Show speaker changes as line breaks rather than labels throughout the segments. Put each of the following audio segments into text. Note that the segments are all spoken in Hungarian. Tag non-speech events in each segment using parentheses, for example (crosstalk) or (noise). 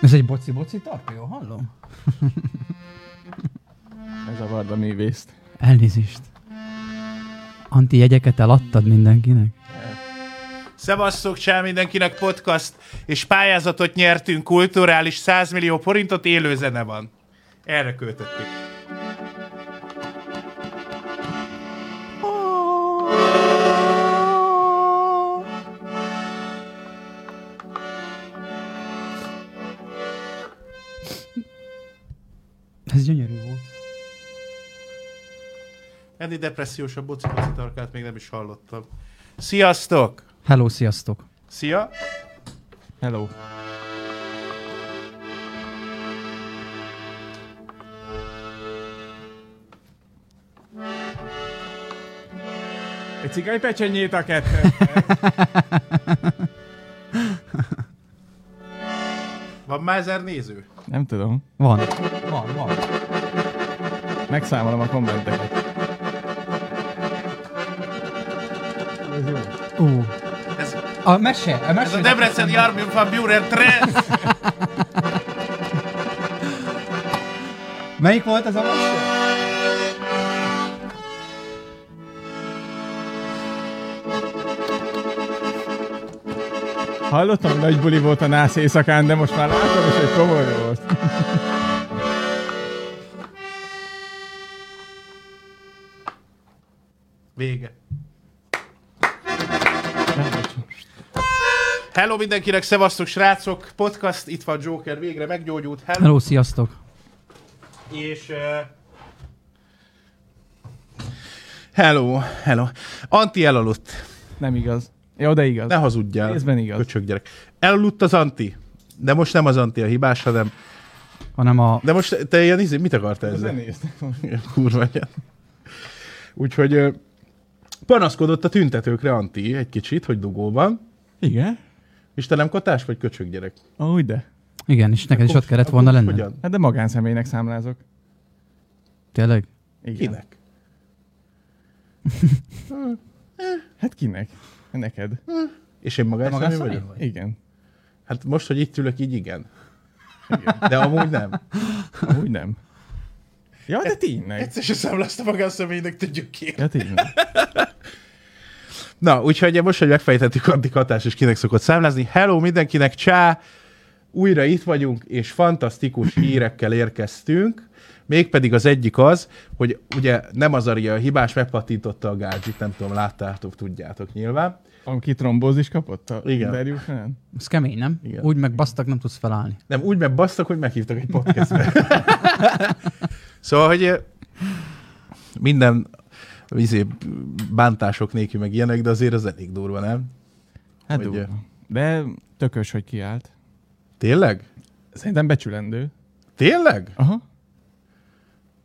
Ez egy boci-boci tartó, jól hallom?
Ez a varda művészt.
Elnézést. Anti jegyeket eladtad mindenkinek?
Szevasztok, csá mindenkinek podcast, és pályázatot nyertünk, kulturális 100 millió forintot, élő zene van. Erre költöttük.
Ez gyönyörű volt.
Ennél depressziósabb bocikoci tarkát még nem is hallottam. Sziasztok!
Hello, sziasztok.
Szia!
Hello. Egy cigány pecsenyét a kettő.
Van már ezer néző?
Nem tudom.
Van. Van, van.
Megszámolom a kommenteket. Ez jó.
Ó.
Ez,
A mese, a
ez
mese.
a Debreceni Armin van Buren Trend!
Melyik volt ez a mese?
Hallottam, hogy nagy buli volt a nász éjszakán, de most már látom, és egy komoly volt.
Vége. Hello mindenkinek, szevasztok srácok! Podcast, itt van Joker, végre meggyógyult. Hello!
Hello, sziasztok.
És... Uh... Hello, hello. Anti elaludt.
Nem igaz. Jó, de igaz.
Ne hazudjál.
Részben igaz.
Köcsög gyerek. Elaludt az Anti. De most nem az Anti a hibás, hanem...
Hanem a...
De most te ilyen izé, mit akartál ezzel?
Zenésznek van.
Kurva anyád. Úgyhogy ö, panaszkodott a tüntetőkre Anti egy kicsit, hogy dugó van.
Igen?
És te nem katás vagy köcsög gyerek?
Úgy de.
Igen, és neked is ott kellett
Akkor
volna
most
lenned.
Hogyan?
Hát de magánszemélynek számlázok.
Tényleg?
Igen.
Kinek?
Hát kinek? Neked.
És Hát, én magán személy
magánszemély
vagyok?
vagy?
Igen.
Hát most, hogy itt ülök, így igen. De amúgy nem.
Úgy nem. Ja, de tényleg.
E- Egyszer sem számlázta magán személynek, tudjuk ki.
Ja, tényleg.
Na, úgyhogy most, hogy megfejtettük Antik hatás, és kinek szokott számlázni. Hello mindenkinek, csá! Újra itt vagyunk, és (clears throat) fantasztikus hírekkel érkeztünk. Mégpedig az egyik az, hogy ugye nem az Aria a hibás, megpatintotta a gázsit, nem tudom, láttátok, tudjátok nyilván.
Aki trombózis kapott a
Igen.
interjú során?
Ez kemény, nem?
Igen.
Úgy meg basztak, nem tudsz felállni.
Nem, úgy megbasztak, hogy meghívtak egy podcastbe. (laughs) szóval, hogy ö, minden izé, bántások nélkül meg ilyenek, de azért az elég durva, nem?
Hát
Hogy-
durva. De tökös, hogy kiállt.
Tényleg?
Szerintem becsülendő.
Tényleg?
Aha.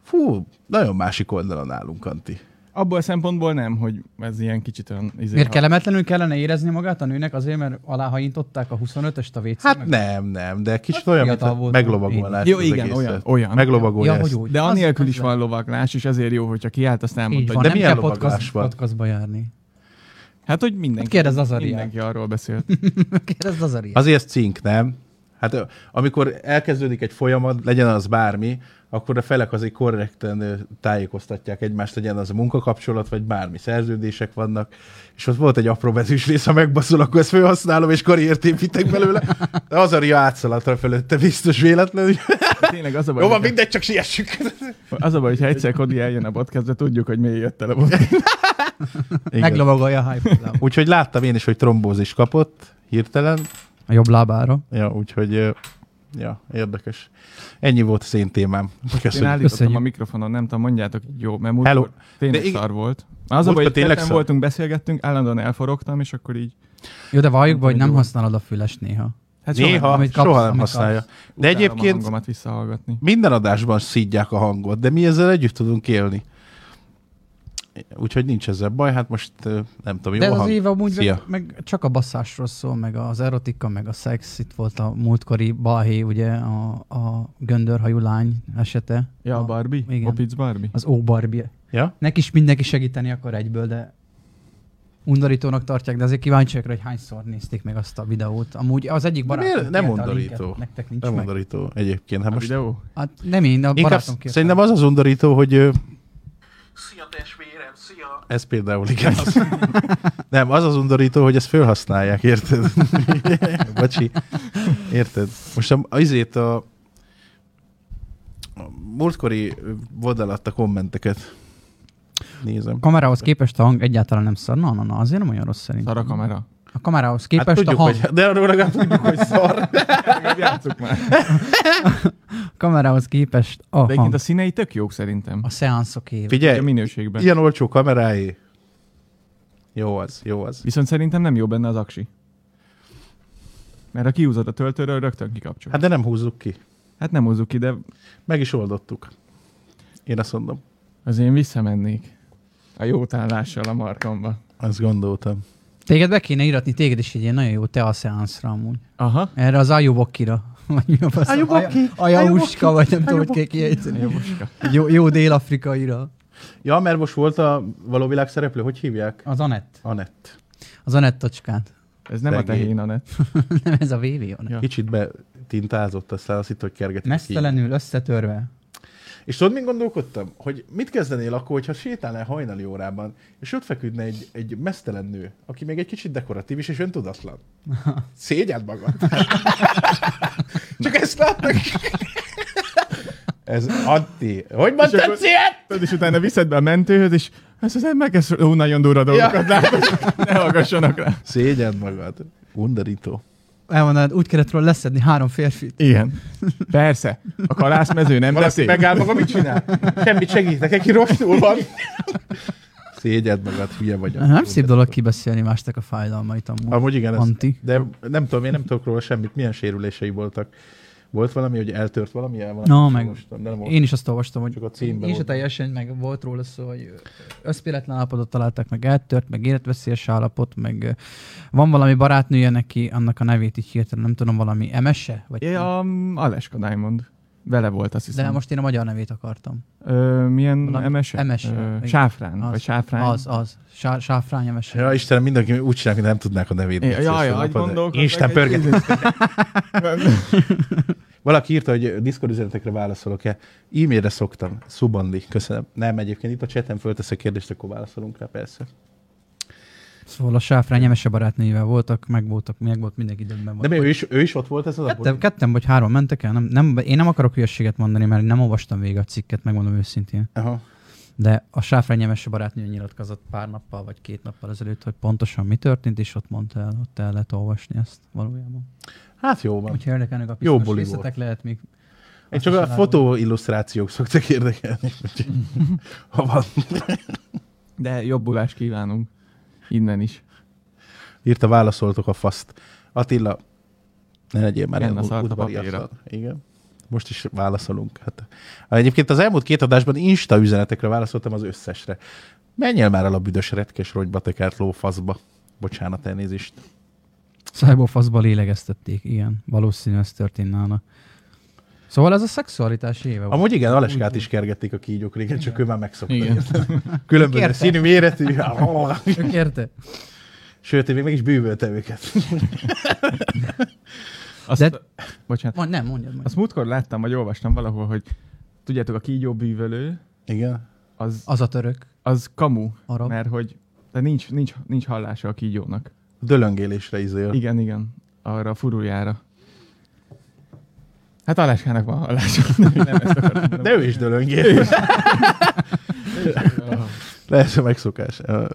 Fú, nagyon másik oldalon állunk, Anti.
Abból a szempontból nem, hogy ez ilyen kicsit olyan... Izé,
Miért kellemetlenül kellene érezni magát a nőnek? Azért, mert aláhajintották a 25-est a WC
Hát nem, nem, de
Hát
kicsit olyan, mint
fiatal
a
voltam
meglovagolás.
Jó, igen, olyan, olyan.
Ja,
Meglovagolás.
hogy úgy.
De
Az-
anélkül
az
is van lovaglás, és ezért jó, hogyha kiállt, azt
Így
elmondta,
van,
hogy...
de
nem
milyen
kell podcast,
lovaglás van?
podcastba járni.
Hát, hogy mindenki...
Hát kérdezz az Ariát.
Mindenki arról
(laughs)
beszélt.
(laughs) Kérdezd az Ariát.
Azért ez cink, nem? Hát ö, amikor elkezdődik egy folyamat, legyen az bármi, akkor a felek azért korrekten ö, tájékoztatják egymást, legyen az a munkakapcsolat, vagy bármi szerződések vannak. És ott volt egy apró betűs rész, ha megbaszol, akkor ezt felhasználom, és karriert építek belőle. De az a átszaladra fölötte biztos véletlenül.
Hát Tényleg az a baj,
Jó, van,
hogyha-
mindegy, csak siessünk.
az a baj, hogyha egyszer Kodi eljön a podcastbe, tudjuk, hogy miért jött el a podcast.
Meglovagolja a hype hullám.
Úgyhogy láttam én is, hogy trombózis kapott hirtelen.
A jobb lábára.
Ja, úgyhogy ö, ja, érdekes. Ennyi volt az én témám.
Én
Köszönöm.
állítottam
Köszönjük.
a mikrofonon, nem tudom, mondjátok, jó, mert
Hello.
múltkor tényleg
De igen-
szar volt. Az a
Múltkor
baj, hogy
tényleg
tényleg nem
szar.
voltunk, beszélgettünk, állandóan elforogtam, és akkor így...
Jó, de valljuk be, hogy nem
Jó.
használod a fülest néha.
Hát soha
Néha,
nem-
amit kapsz,
soha nem
amit
használja.
kapsz.
De
utálom a
egyébként
hangomat visszahallgatni.
minden adásban szídják a hangot, de mi ezzel együtt tudunk élni. Úgyhogy nincs ezzel baj, hát most ö, nem tudom,
De
jó
ez az
hang.
év amúgy meg,
Szia.
meg, csak a basszásról szól, meg az erotika, meg a szex. Itt volt a múltkori balhé, ugye a, a göndörhajú lány esete.
Ja, a Barbie?
Igen.
Opic Barbie?
Az ó Barbie.
Ja?
Neki is mindenki segíteni akar egyből, de undorítónak tartják, de azért kíváncsiak, rá, hogy hányszor nézték meg azt a videót. Amúgy az egyik barátom
miért? Nem
kérte a
undorító.
linket. Nektek nincs
Nem
meg.
undorító egyébként. Hát
A
most
videó?
Hát nem én, a
inkább
barátom kérte.
szerintem az az undorító, hogy ö,
Szia testvérem, szia!
ez például igen. Az, nem, az az undorító, hogy ezt felhasználják,
(laughs)
érted? Bacsi, érted? Most a, azért a, a múltkori vod alatt a kommenteket nézem.
kamerához képest a hang egyáltalán nem szar. Na, na, na, azért nem olyan rossz szerintem.
Szar a kamera.
A kamerához képest
Hát tudjuk,
a hang.
hogy, de arról legalább tudjuk, hogy szar.
Legalább Játsszuk már.
A kamerához képest a
De
hang.
egyébként a
A...
színei tök jók szerintem.
a szeánszoké.
A
Figyelj,
minőségben.
ilyen olcsó kamerái. Jó az, jó az.
Viszont szerintem nem jó benne az aksi. Mert ha kiúzod a töltőről, rögtön kikapcsol. Hát,
Hát de nem húzzuk ki.
hát nem húzzuk ki, de
Meg is oldottuk. Én azt mondom.
az én visszamennék. A jó tálással a markomba.
Azt gondoltam.
Téged be kéne iratni, téged is egy ilyen nagyon jó te a szeánszra amúgy.
Aha.
Erre az ajubokira. (laughs) Vagy mi a basz?
Ajuboki,
Ajauska, vagy nem tudom, hogy kell
Ajuboki.
kiejteni.
Jó buska.
Jó, jó dél-afrikaira.
Ja, mert most volt a való világ szereplő, hogy hívják?
Az Anett.
Anett.
Az Anett tocskát. (laughs)
Ez nem a tehén,
Szegény.
ne.
Nem, ez a VV Anett.
Ja.
Kicsit betintázott, aztán azt hitt, hogy kergetik ki.
Mesztelenül összetörve.
És tudod, mint gondolkodtam? Hogy mit kezdenél akkor, hogyha sétálnál hajnali órában, és ott feküdne egy, egy mesztelen nő, aki még egy kicsit dekoratív is,
(laughs)
és öntudatlan. Szégyeld magad. (laughs) Csak ezt látnak. (laughs) Ez Antti. Hogy mondtad
akkor-
ilyet?
Tudod, és utána viszed be a mentőhöz, és ezt az ember kezd, ó, nagyon durva dolgokat ja. ne hallgassanak rá.
Szégyeld magad. Undorító.
Elmondanád, úgy kellett róla leszedni három férfit.
Igen. Persze. A kalászmező nem
Valaki
teszi.
megáll maga, mit csinál? Semmit segítek, neki rosszul van. Szégyed magad, hülye vagy.
Nem szép dolog kibeszélni másnak a fájdalmait amúgy.
Amúgy igen, ez,
Anti.
de nem tudom, én nem tudok róla semmit, milyen sérülései voltak. Volt valami, hogy eltört valami? El valami
Na, meg-
olvastam, de nem olvastam.
Én is azt olvastam, hogy
Csak a címben
én se
volt.
teljesen, meg volt róla szó, hogy összpéletlen állapotot találtak, meg eltört, meg életveszélyes állapot, meg ö, van valami barátnője neki, annak a nevét így hirtelen, nem tudom, valami emese? Vagy
É, a um, Aleska Diamond. Vele volt, azt hiszem.
De most én a magyar nevét akartam.
Ö, milyen
Valami
emese?
emese,
Ö,
igen.
sáfrán,
Az,
vagy sáfrán.
Az, az. Sá- sáfrány E. emese.
Ja, Istenem, mindenki úgy csinál, hogy nem tudnák a nevét.
É, jaj,
Szóval
hogy
napad-
gondolkodnak.
Isten
egy-
pörget. (laughs) Valaki írta, hogy Discord üzenetekre válaszolok-e. E-mailre szoktam. Szubandi, köszönöm. Nem, egyébként itt a chaten fölteszek kérdést, akkor válaszolunk rá, persze.
Szóval a sáfrány emese barátnőjével voltak, meg voltak, meg volt mindenki időben
De
volt.
mi, ő is, ő is ott volt ez az
Kettem, kettem vagy három mentek el, nem, nem, én nem akarok hülyeséget mondani, mert én nem olvastam végig a cikket, megmondom őszintén.
Aha.
De a sáfrányemese barátnő nyilatkozott pár nappal vagy két nappal ezelőtt, hogy pontosan mi történt, és ott mondta el, ott el lehet olvasni ezt valójában.
Hát jó van.
Hogyha érdekelnek a
Jó
piszkos
buli
részletek, lehet még...
Én
azt
csak
is
a
elárulom.
fotóillusztrációk szoktak érdekelni.
(laughs)
úgyhogy ha van.
De jobbulást kívánunk. Innen is.
Írta, válaszoltok a faszt. Attila, ne legyél már
Igen,
ilyen
a szart a
udvariatlan.
papírra.
Igen. Most is válaszolunk. Hát. Egyébként az elmúlt két adásban Insta üzenetekre válaszoltam az összesre. Menjél már el a büdös retkes rogyba tekert lófaszba. Bocsánat, elnézést.
Cyberfaszba lélegeztették, igen. Valószínű ez történt nála. Szóval ez a szexualitás éve volt.
Amúgy igen, Aleskát is kergették a kígyók régen, csak ő már megszokta.
Igen.
Különböző színű méretű.
Ők érte?
Sőt, én még meg is bűvöltem őket.
(laughs) Azt,
De-
De... Bocsánat.
Mond, nem, mondjad majd.
Azt múltkor láttam, vagy olvastam valahol, hogy tudjátok, a kígyó bűvölő,
Igen.
az,
Az a török,
az kamu,
arab.
mert hogy de nincs, nincs, nincs hallása a kígyónak.
Dölöngélésre izél.
Igen, igen. Arra a furuljára. Hát Aláskának van hallása. Nem, nem ezt (laughs) akartam.
De ő is dölöngél. Lehet, hogy megszokás. Ö,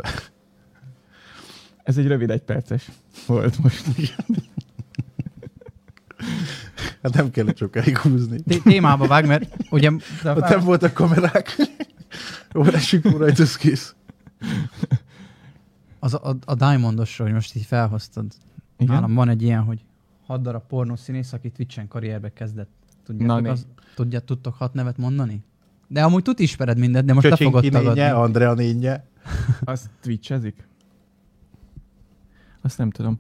Ez egy rövid egy perces volt most.
Hát nem kellett sokáig húzni.
Té- témába vág, mert
(laughs)
ugye...
Ott nem voltak kamerák. Órásig óra, ez kész.
Az a, a, a Diamondosról, hogy most így felhoztad. Igen?
Igen?
Nálam van egy ilyen, hogy hat darab pornószínész, aki Twitch-en karrierbe kezdett. Tudjátok,
Na,
az, tudját, tudtok hat nevet mondani? De amúgy tud ismered mindet, de most te fogod
Csöcsinki nénye,
tagadni.
Andrea nénye.
Azt twitchezik? Azt nem tudom.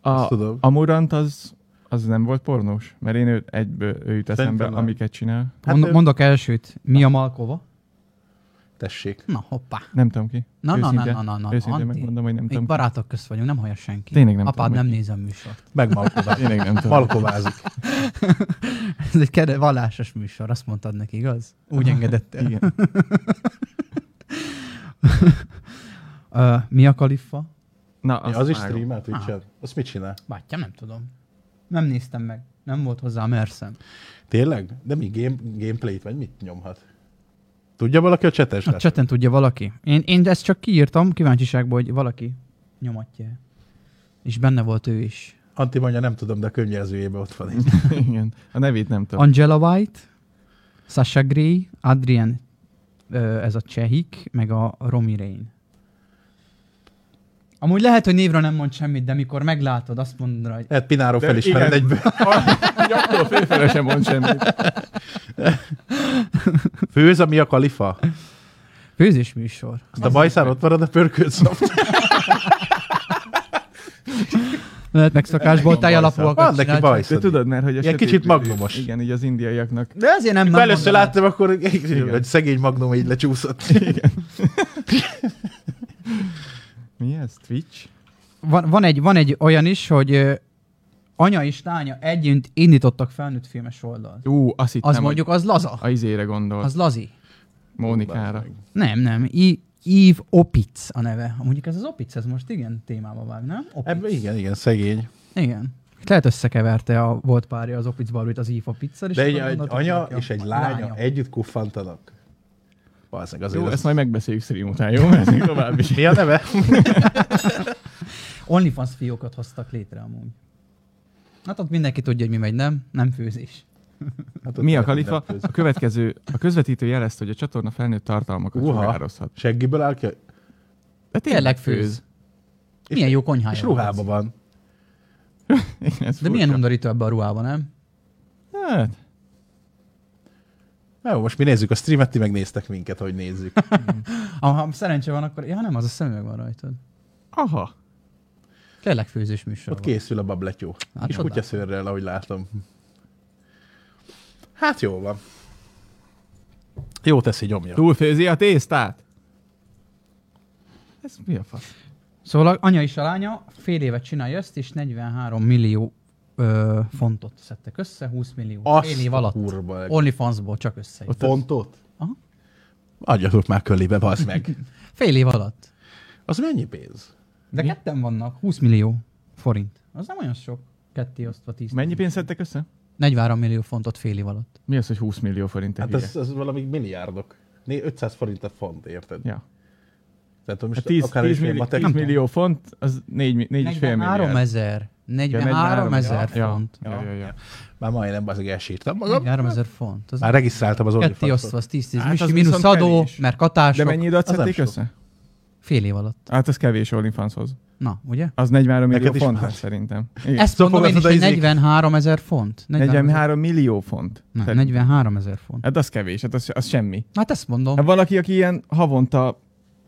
Azt
A,
tudom.
a Murant az, az nem volt pornós? Mert én ő, egyből ő jut
Szerintem
eszembe,
nem.
amiket csinál.
Hát
Mond,
ő-
mondok elsőt. Mi a Malkova?
Tessék.
Na, hoppá.
Nem tudom ki.
Na, na, na,
Őszinte-
na, na, na.
Őszintén
Andi,
megmondom, hogy nem
Itt
tudom.
barátok közt vagyunk, nem hallja senki.
Tényleg nem
Apád
tudom,
nem
hogy ki.
nézem műsort.
Megmalkovázik.
Tényleg nem tudom.
Malkovázik.
(laughs) Ez egy kere vallásos műsor, azt mondtad neki, igaz? Úgy engedett el.
Igen.
Ö, mi a kalifa?
Na,
Az,
azt
az is
vágom.
streamel Twitch-en? Azt mit csinál?
Bátyám, nem tudom. Nem néztem meg. Nem volt hozzá a merszem.
Tényleg? De mi game, gameplayt vagy mit nyomhat? Tudja valaki a csetes?
A cseten tudja valaki. Én, én ezt csak kiírtam kíváncsiságból, hogy valaki nyomatja. És benne volt ő is.
Anti mondja, nem tudom, de a könyvjelzőjében ott van.
(laughs) Igen. A nevét nem tudom.
Angela White, Sasha Gray, Adrian, ö, ez a Csehik, meg a Romy Rain. Amúgy lehet, hogy névről nem mond semmit, de mikor meglátod, azt mondod rá, hogy
Hát Pináró
De
felismered
igen.
egyből.
Attól félfele sem mond semmit.
Főz, ami a kalifa.
főzés műsor.
Azt a bajszár ott marad a pörkölt szoft.
Lehet meg szokásból
Neki van bajsza.
tájalapúakat
Van neki
csinálni.
bajsza.
De tudod már, hogy a
Ilyen
sötét-
kicsit magnumos.
Igen, így az indiaiaknak.
De azért nem. nem
Először
mondom el.
láttam, akkor egy szegény magnum így lecsúszott.
Mi ez? Twitch?
Van, van, egy, van egy olyan is, hogy ö, anya és lánya együtt indítottak felnőtt filmes oldalt.
Ú, azt hittem,
Az
hogy
mondjuk, az laza.
A izére gondol.
Az lazi.
Mónikára.
Nem, nem. I- Eve Opitz a neve. Mondjuk ez az Opitz, ez most igen témába vág, nem? Opitz.
Ebben igen, igen, szegény.
Igen. Lehet összekeverte a volt párja az Opitz Barbit az Eve Opitz-szel. és
De egy,
akkor
egy
gondoltuk,
anya
hogy
és egy
a
lánya, együtt kuffantanak. Valószínűleg azért.
Jó,
az-
ezt majd megbeszéljük stream után, jó? Mert még tovább is.
Mi a neve?
OnlyFans fiókat hoztak létre amúgy. Hát ott mindenki tudja, hogy mi megy, nem? Nem főzés.
Hát ott
Mi a
lehet,
kalifa?
nem
A
főz.
következő, a közvetítő jelezte, hogy a csatorna felnőtt tartalmakat
Uha.
sugározhat.
Seggiből áll ki,
De
Tényleg főz. Milyen jó konyhája
és
van.
ruhában van.
(laughs) Igen, ez
De milyen
furcsa.
undorító ebben a ruhában, nem?
Hát,
Na Jó, most mi nézzük a streamet, ti megnéztek minket, hogy nézzük.
Ha, ha szerencse van, akkor... Ja, nem, az a szemüveg van rajtad.
aha.
Tényleg főzős műsor
Ott
van.
készül a babletyó.
Hát
Kis
csodál.
kutyaszőrrel, ahogy látom. Hát jó van. Jó teszi, nyomja.
Túlfőzi a tésztát? Ez mi a fasz?
Szóval a anya és a lánya fél évet csinálja ezt, és 43 millió ö, fontot szedtek össze, 20 millió
Azt
fél év
a
alatt.
kurva meg.
OnlyFansból csak össze.
Ott pontot?
Aha.
Adjatok már kölébe, bazd meg.
Fél év alatt.
Az mennyi pénz? Hát
De ketten vannak, 20 millió forint. Az nem olyan sok, ketté osztva 10.
Mennyi pénzt szedtek össze?
43 millió fontot fél év alatt.
Mi az, hogy 20 millió forint?
Hát ez, ez valami milliárdok. Né, 500 forint a font, érted?
Ja.
Tehát ha most
Hát 10,
akár
10, millió, 10 millió font, az 4, 4,5
43
milliárd.
ezer.
Ja,
43 ezer
ja.
font.
Ja, ja, ja, ja.
Már majdnem bazd meg elsírtam magam.
43 ezer font. Az
Már regisztráltam az
ketté osztva,
OnlyFans-ot.
az 10 10
Hát
hát
az
mínusz
viszont
adó,
kevés.
mert katások.
De mennyi időt
Az nem
szedték
sok.
össze?
Fél év alatt.
Hát ez kevés Olinfanshoz.
Na, ugye?
Az 43 millió
Neked is
font
már.
lesz szerintem. Igen.
Ezt
Szóval
mondom én is,
fogadod
hogy
a izék-
43 ezer font.
43 millió font.
Na,
Szerintem.
43 ezer font.
Hát az kevés, hát az, az semmi.
Hát ezt mondom,
Hát valaki, aki ilyen havonta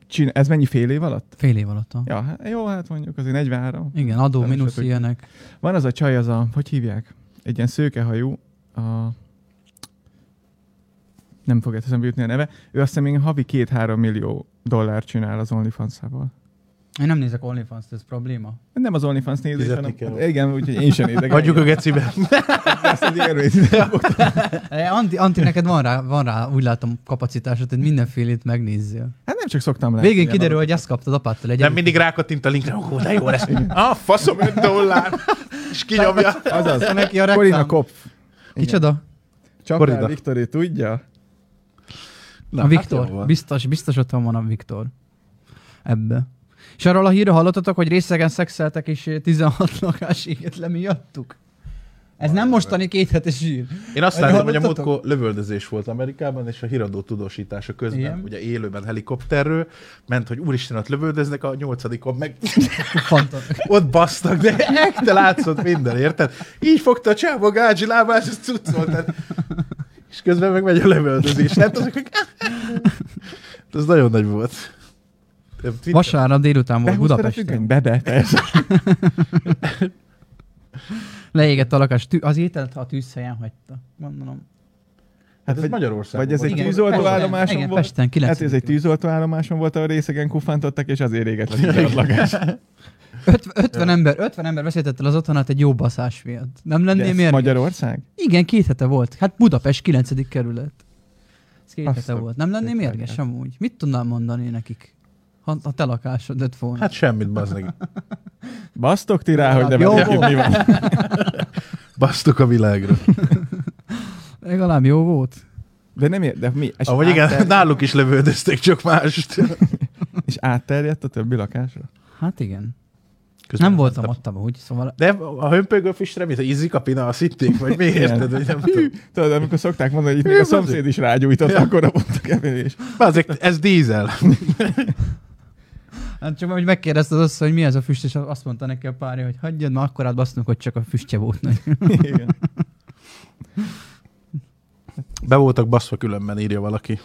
csinál, ez mennyi fél év alatt?
fél év alatt. Ja.
Ja, hát jó, hát mondjuk azért 43.
Igen, adó,
Nem is
mínusz
tudjuk.
ilyenek.
Van az a csaj, az a, hogy hívják? Egy ilyen szőkehajú, a... nem fog eszembe jutni a neve. Ő azt hiszem még havi két-három millió dollár csinál az OnlyFans-ával.
Én nem nézek OnlyFans-t, ez probléma.
Nem az OnlyFans nézés,
Fizetni
hanem... Hát
kell.
Igen, úgyhogy én sem nézek.
Hagyjuk a gecibe.
Azt egy érvét ide fogtam.
E, Anti, Anti neked van rá, van rá, úgy látom, kapacitásod, hogy mindenfélét megnézzél.
Hát nem csak szoktam látni.
Végén
ilyen
kiderül, hogy ezt kaptad apától egy
Nem mindig rákattint a linkre, ó, de jó lesz. Ah, faszom, 5 dollár. És kinyomja.
Azaz.
neki a
Korina
reklám.
Kopf.
Kicsoda?
Csak
Korina.
Korina. Viktori tudja?
Na,
a
hát
Viktor.
jó van.
biztos, biztos otthon van a Viktor. Ebbe. És arról a hírra hallottatok, hogy részegen szexeltek és 16 lakás égett le miattuk? Ez nem mostani két hetes hír.
Én azt
Erre
láttam, hogy a
hallottatok?
múltkor lövöldözés volt Amerikában, és a híradó tudósítása közben,
Igen.
ugye élőben helikopterről, ment, hogy úristen, ott lövöldöznek, a nyolcadikon meg (laughs)
Fantasztikus.
ott basztak, de ekte látszott minden, érted? Így fogta a csávó Gágyi lábát, és cuccolt. tehát- És közben meg megy a lövöldözés. Hát azok, hogy... Ez nagyon nagy volt. Vasár.
Vasárnap délután volt
Behúztad a
Budapesten.
függönybe? Be, persze.
Leégett a lakás, tű, az ételt a tűzhelyen hagyta. Gondolom.
Hát ez Magyarország.
Vagy ez egy
Igen,
tűzoltó
Pesten,
állomáson
igen,
volt?
Pesten,
Hát ez egy
90.
tűzoltó állomáson volt, ahol részegen kufantottak, és azért égett le a lakás.
50 ember, 50 ember veszített el az otthonát egy jó baszás miatt. Nem
De
lennél
ez
miért?
Magyarország?
Igen, két hete volt. Hát Budapest 9. kerület. Ez két
Azt
hete
a-
volt. Nem lennél
két
mérges
vágják.
amúgy? Mit tudnám mondani nekik? Ha a te lakásod lett volna.
Hát semmit, bazdmeg.
Basztok ti rá, hogy nem
Jó
tudjuk, mi van.
Basztok a világra.
Legalább jó volt.
De nem ér, de mi? És,
Ahogy igen, náluk is lövöldözték, csak mást.
és átterjedt a többi lakásra?
Hát igen.
Közben
nem voltam ott amúgy, szóval...
De a hömpögöfisre, mit izzik a pina, azt hitték, vagy miért érted, hogy nem tudom.
Tudod, amikor szokták mondani, hogy itt még a szomszéd is rágyújtott, akkor a mondtuk emelés.
Azért, ez dízel.
Hát csak hogy megkérdezted azt, hogy mi ez a füst, és azt mondta neki a párja, hogy hagyjad, ma akkor átbasznunk, hogy csak a füstje volt nagy.
Igen.
Be voltak baszva különben, írja valaki.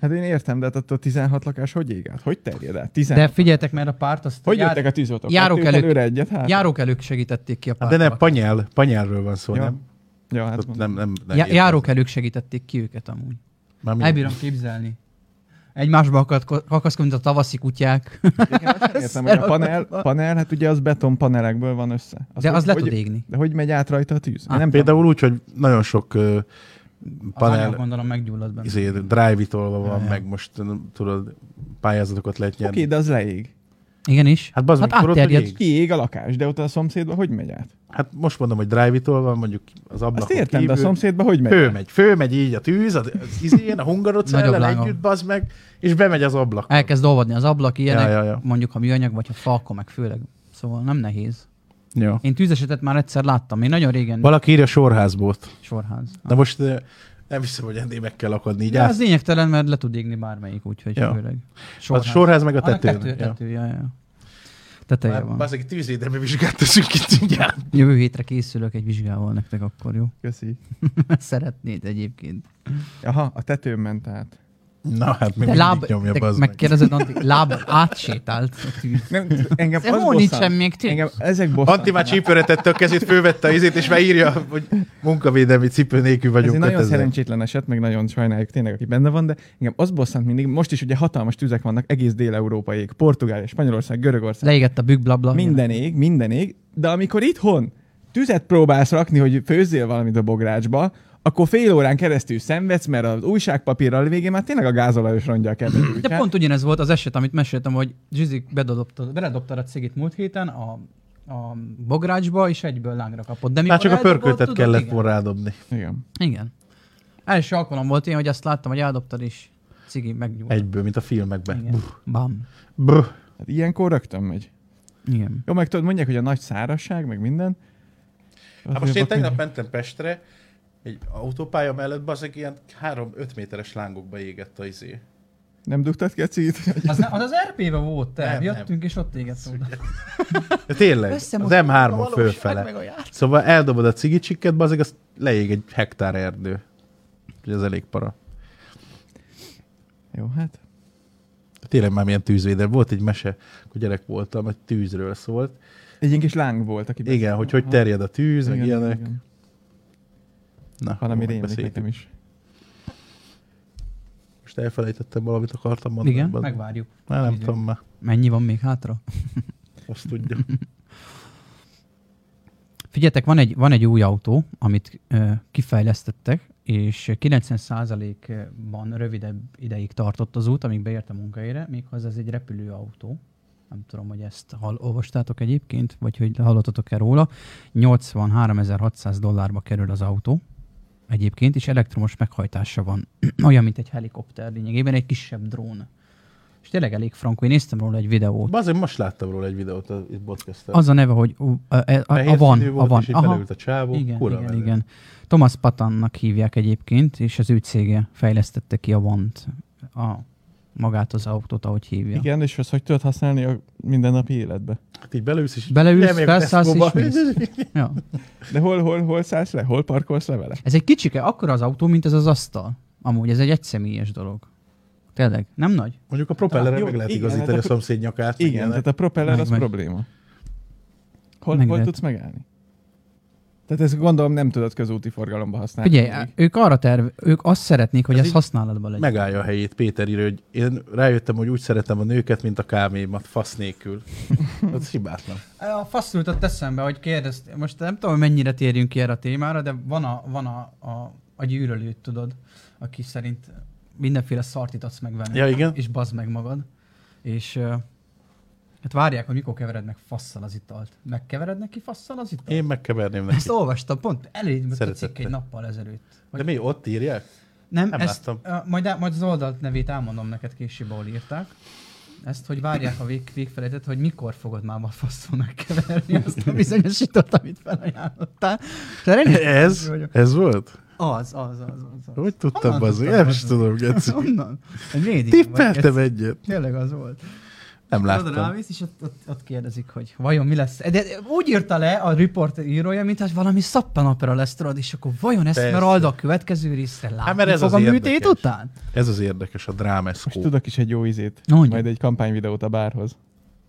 Hát én értem, de hát attól 16 lakás hogy ég át? Hogy terjed át? 16.
De figyeltek, mert a párt azt
Hogy
jár...
jöttek a tűzoltók?
járok
Kettő
előtt.
előre egyet, hát?
járókelők segítették ki a
Hát De
pártnak.
nem, panyel, panyelről van szó,
Ja,
Szóval nem?
Ja, hát
Tehát
mondom.
nem, nem, nem
Já- járókelők segítették ki őket amúgy. El
Már mindegy.
bírom képzelni. Egymásba akadko- akaszkodni, mint a tavaszi kutyák.
Nem értem, hogy a panel, panel, hát ugye az beton panelekből van össze.
De
hogy-
az le
hogy,
tud égni. Ah.
De hogy megy át rajta a tűz?
Á,
nem tudom.
Például úgy, hogy nagyon sok ö,
Az anyag,
panel
gondolom meggyullad benne.
izé, drive-itolva van, meg most nem tudod, pályázatokat lehet nyerni.
Oké, de az leég.
Igen is.
Hát bazd meg,
hát
akkor ott, hogy
átterjed.
ég.
Kiég a lakás, de ott a szomszédba hogy megy át?
Hát most mondom, hogy drive-itolva, mondjuk az ablakon
Azt értem, de a
kívül.
szomszédba hogy megy át?
Főmegy, főmegy így a tűz, az, az izén, a
Nagyobb
hungarocellel
lángom.
együtt, bazd meg, és bemegy az ablak.
Elkezd olvadni az ablak, ilyenek,
Ja, ja, ja.
mondjuk ha műanyag, vagy ha fa, akkor meg főleg. Szóval nem nehéz.
Ja.
Én tűzesetet már egyszer láttam, én nagyon régen Bal-
Hm. Valaki írja sorházbót.
sorház.
De most ö, nem hiszem, hogy ennél meg kell akadni. Így
De
ja,
az lényegtelen, mert le tud égni bármelyik, úgyhogy
Ja.
ja. főleg.
sorház. A sorház meg a
Annak
tetőn.
Tető,
ja.
tető, ja. ja. Teteje
Már-
van.
Bazd meg, tűzvédelmi vizsgát teszünk itt mindjárt.
Jövő hétre készülök egy vizsgával nektek akkor, jó?
Köszi.
Szeretnéd egyébként.
Aha, a tetőn ment át.
Na hát, még
Te
láb,
láb,
nyomja,
te
bazd meg.
megkérdezed, Antti, láb átsétált a tűz.
Nem, engem
Ez
az
hol
bosszant.
nincsen még tűz?
Engem ezek bosszant.
Antti már csípőre tette a kezét, fölvette a izét, és már írja, hogy munkavédelmi cipő nélkül
Ez
vagyunk.
egy nagyon
5000.
szerencsétlen eset, meg nagyon sajnáljuk tényleg, aki benne van, de engem az bosszant mindig, most is ugye hatalmas tüzek vannak egész Dél-Európa ég, Portugália, Spanyolország, Görögország,
Leégett a bükblabla.
minden ég, minden ég, de amikor itthon tüzet próbálsz rakni, hogy főzzél valamit a bográcsba, akkor fél órán keresztül szenvedsz, mert az újságpapírral végén már tényleg a gázolajos rongya a kedved
De
gyújtját.
pont ugyanez volt az eset, amit meséltem, hogy Zsizik bedobta, beledobta a cigit múlt héten a, a bográcsba, és egyből lángra kapott. De
Már
mikor
csak a
eldobott,
pörköltet
tudod,
kellett
igen.
volna rádobni.
Hát, Igen.
Igen. Első alkalom volt én, hogy azt láttam, hogy eldobtad is. Cigi megnyúlt.
Egyből, mint a filmekben.
Igen. Bam.
Buh.
Hát ilyenkor rögtön megy.
Igen.
Jó, meg tudod, mondják, hogy a nagy szárasság, meg minden.
Hát most én tegnap mentem Pestre, egy autópálya mellett bazeg ilyen 3-5 méteres lángokba égett a izé.
Nem dugtad ki a cigit?
Az, ne, az, az RP-be volt, te.
Nem,
Nem, Jöttünk,
nem.
nem. és ott égett oda.
De tényleg, az
Összemosódik a
M3-on
valóság, meg a
fölfele.
játszma.
Szóval eldobod a cigicsikket, bazeg, az leég egy hektár erdő. Úgyhogy ez elég para.
Jó, hát.
Tényleg már milyen tűzvédel. Volt egy mese, akkor gyerek voltam, egy tűzről szólt.
Egy ilyen kis láng volt, aki
Igen, hogy hogy terjed a tűz, meg ilyenek.
igen.
Na,
Valami
majd
rémlik
beszéljük.
nekem is.
Most elfelejtettem valamit, akartam mondani.
Igen,
bazd meg.
megvárjuk.
Már nem
Igen.
tudom már.
Mennyi van még hátra?
Azt tudja.
Figyeljetek, van egy, van egy új autó, amit ö, kifejlesztettek, és 90%-ban rövidebb ideig tartott az út, amíg beért a munkahelyre, méghozzá ez egy repülőautó. Nem tudom, hogy ezt hall, olvastátok egyébként, vagy hogy hallottatok-e róla. 83.600 dollárba kerül az autó egyébként, és elektromos meghajtása van. (clears throat) Olyan, mint egy helikopter lényegében, egy kisebb drón. És tényleg elég frankó. Én néztem róla egy videót.
Bazeg, most láttam róla egy videót a itt podcasttel.
Az a neve, hogy uh, a, a, a, a van,
Fehér színű
a van.
és így beleült a csávó.
Igen,
Kurva
igen,
menő.
igen. Thomas Patannak hívják egyébként, és az ő cége fejlesztette ki a vant, a, magát az autót, ahogy hívja. Igen.
Igen, és az, hogy tudod használni a mindennapi életbe.
Hát így beleülsz, és
Beleülsz,
elmész
felszállsz, és
Tesco-ba. (laughs)
mész. Ja.
De hol, hol, hol szállsz le? Hol parkolsz le vele?
Ez egy kicsike, akkora az autó, mint ez az asztal. Amúgy ez egy egyszemélyes dolog. Tényleg, nem nagy?
Mondjuk a propellerre
Ah, jó,
meg lehet
igen,
igazítani
hát
a
a-
szomszéd nyakát. meg
Igen,
ilyenek.
tehát a propeller
Meg-
az
meg.
probléma. Hol,
Meg
hol
lehet.
tudsz megállni? Tehát ezt gondolom nem tudod közúti forgalomba használni.
Figyelj,
még.
ők arra terv, ők azt szeretnék, hogy
Ez
ez,
így
használatban legyen.
Megállja a helyét Péter írja, hogy én rájöttem, hogy úgy szeretem a nőket, mint a kámémat, fasz nélkül. Ez hibátlan.
A faszul jutott eszembe, hogy kérdezt, most nem tudom, hogy mennyire térjünk ki erre a témára, de van a, van a, a, a gyűrölőt, tudod, aki szerint mindenféle szart itatsz meg velem.
Ja, igen.
És bazd meg magad. És ö, hát várják, hogy mikor keverednek fasszal az italt. Megkeverednek ki fasszal az italt?
Én megkeverném neki.
Ezt olvastam, pont elég a
Szeretettel.
cikk egy nappal ezelőtt.
De mi, ott írják?
Nem,
Nem
ezt,
láttam.
ö, majd, el- majd az oldalt nevét elmondom neked később, ahol írták. Ezt, hogy várják a vég, végfelejtet, hogy mikor fogod már a faszon megkeverni azt a bizonyos itat, amit felajánlottál. De remélem,
Ez?
vagyok.
Ez volt?
Az, az, az, az. az.
Hogy tudtam,
Honnan
az?
tudtam, Szóval-
Nem is
az?
tudom, Geci.
Onnan. Egy médium vagy,
Tippeltem
ez
egyet.
Tényleg az volt.
Nem
Oda
láttam.
rámész, és ott, ott, ott, kérdezik, hogy vajon mi lesz. De úgy írta le a riport írója, mintha valami szappanopera lesz, tudod, és akkor vajon ezt,
Persze. Hát,
mert a következő részre látni
mert ez
fog
az
a műtét
érdekes.
után?
Ez az érdekes, a
Most
drámeszkó.
tudok is egy jó ízét.
Mondj.
Majd egy kampányvideót a bárhoz.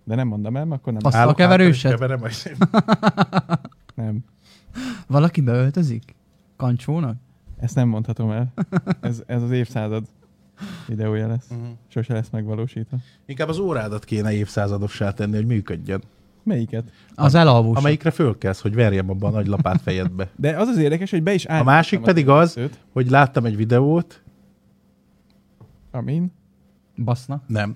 De nem mondom el, mert akkor nem.
Azt-
Állok
A keverőset?
hátra, és (laughs) Keverem, majd-
nem.
Valaki beöltözik? Kancsónak?
Ezt nem mondhatom el. Ez, ez az évszázad videója lesz.
Mhm.
Sose lesz megvalósítva.
Inkább az órádat kéne évszázadossá tenni, hogy működjön.
Melyiket?
Az elalvós.
Amelyikre fölkelsz, hogy verjem abban a nagy lapát fejedbe.
De az az érdekes, hogy be is
A
állítottam
másik pedig az,
őt,
hogy láttam egy videót,
Amin.
Baszna.
nem,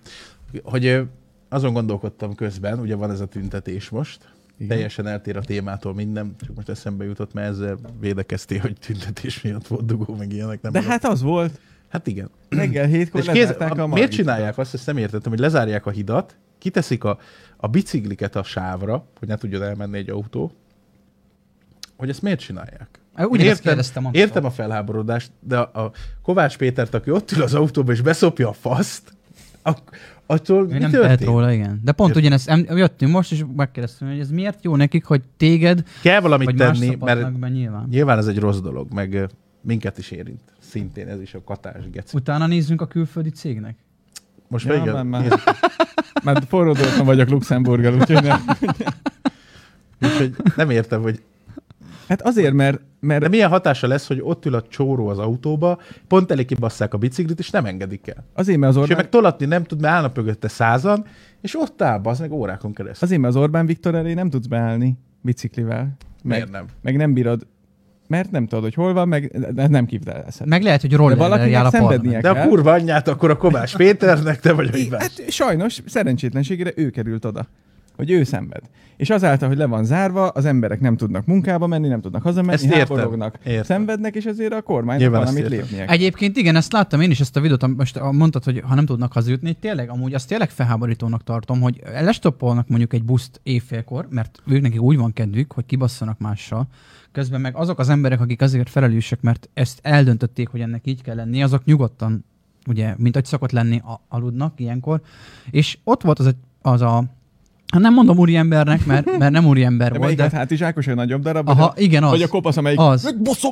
hogy ö, azon gondolkodtam közben, ugye van ez a tüntetés most, Igen. teljesen eltér a témától minden, csak most eszembe jutott, mert ezzel védekeztél, hogy tüntetés miatt volt dugó, meg ilyenek. Nem
De
magam.
hát az volt.
hát igen.
Reggel hétkor
És kéz,
lezárták
a,
a
miért
Margit
csinálják azt, ezt nem értettem, hogy lezárják a hidat, kiteszik a, a bicikliket a sávra, hogy ne tudjon elmenni egy autó, hogy ezt miért csinálják?
Ugyanezt kérdeztem Antól.
értem a felháborodást, de a, a Kovács Pétert, aki ott ül az autóba és beszopja a faszt, ak- attól
Ő
mi
nem tehet
történt? Róla.
róla, igen. De pont
Értem.
ugyanezt em- jöttünk most, és megkérdeztem, hogy ez miért jó nekik, hogy téged,
Kell valamit
vagy más
tenni, mert
szapatnak be nyilván.
nyilván ez egy rossz dolog, meg ö, minket is érint. Szintén ez is a katás geci.
Utána nézzünk a külföldi cégnek.
Most
Ja,
ja,
már-
igen,
már-
nézd,
Már forró dolgon vagyok Luxemburggal, úgyhogy
(laughs)
nem.
úgyhogy nem értem, hogy
Hát azért, mert, mert
De milyen hatása lesz, hogy ott ül a csóró az autóba, pont elég kibasszák a biciklit, és nem engedik el.
azért, mert az
És ő
Orbán,
meg tolatni nem tud, mert állnak mögötte százan, és ott áll, az meg órákon keresztül.
azért, mert az Orbán Viktor elé nem tudsz beállni biciklivel. Meg,
Miért nem?
meg nem bírod, mert nem tudod, hogy hol van, meg de nem kivitelezhet.
Meg lehet, hogy
De
rollerrel
valakinek
jár a
szenvednie
parlament.
De a
kell.
kurva anyját akkor a Kovács Péternek, te vagy a
I-
hibás.
Hát sajnos szerencsétlenségére ő került oda, hogy ő szenved. És azáltal, hogy le van zárva, az emberek nem tudnak munkába menni, nem tudnak hazamenni,
Ezt értem,
háborognak,
értem.
szenvednek, és ezért a kormánynak
Nyilván
van,
ezt
amit
értem.
lépnie. kell.
Egyébként igen, ezt láttam én is, ezt a videót, amit most ah, mondtad, hogy ha nem tudnak hazajutni, tényleg, amúgy azt tényleg felháborítónak tartom, hogy lestoppolnak mondjuk egy buszt éjfélkor, mert ők nekik úgy van kedvük, hogy kibasszanak mással. Közben meg azok az emberek, akik azért felelősek, mert ezt eldöntötték, hogy ennek így kell lenni, azok nyugodtan, ugye, mint ahogy szokott lenni, a- aludnak ilyenkor. És ott volt az a, az a hát nem mondom úriembernek, mert, mert nem úriember
De hát
volt,
melyiket
de...
hátizsákos, a nagyobb darab,
Aha,
vagy a-
igen, az.
vagy a kopasz, amelyik
Az.
megbaszom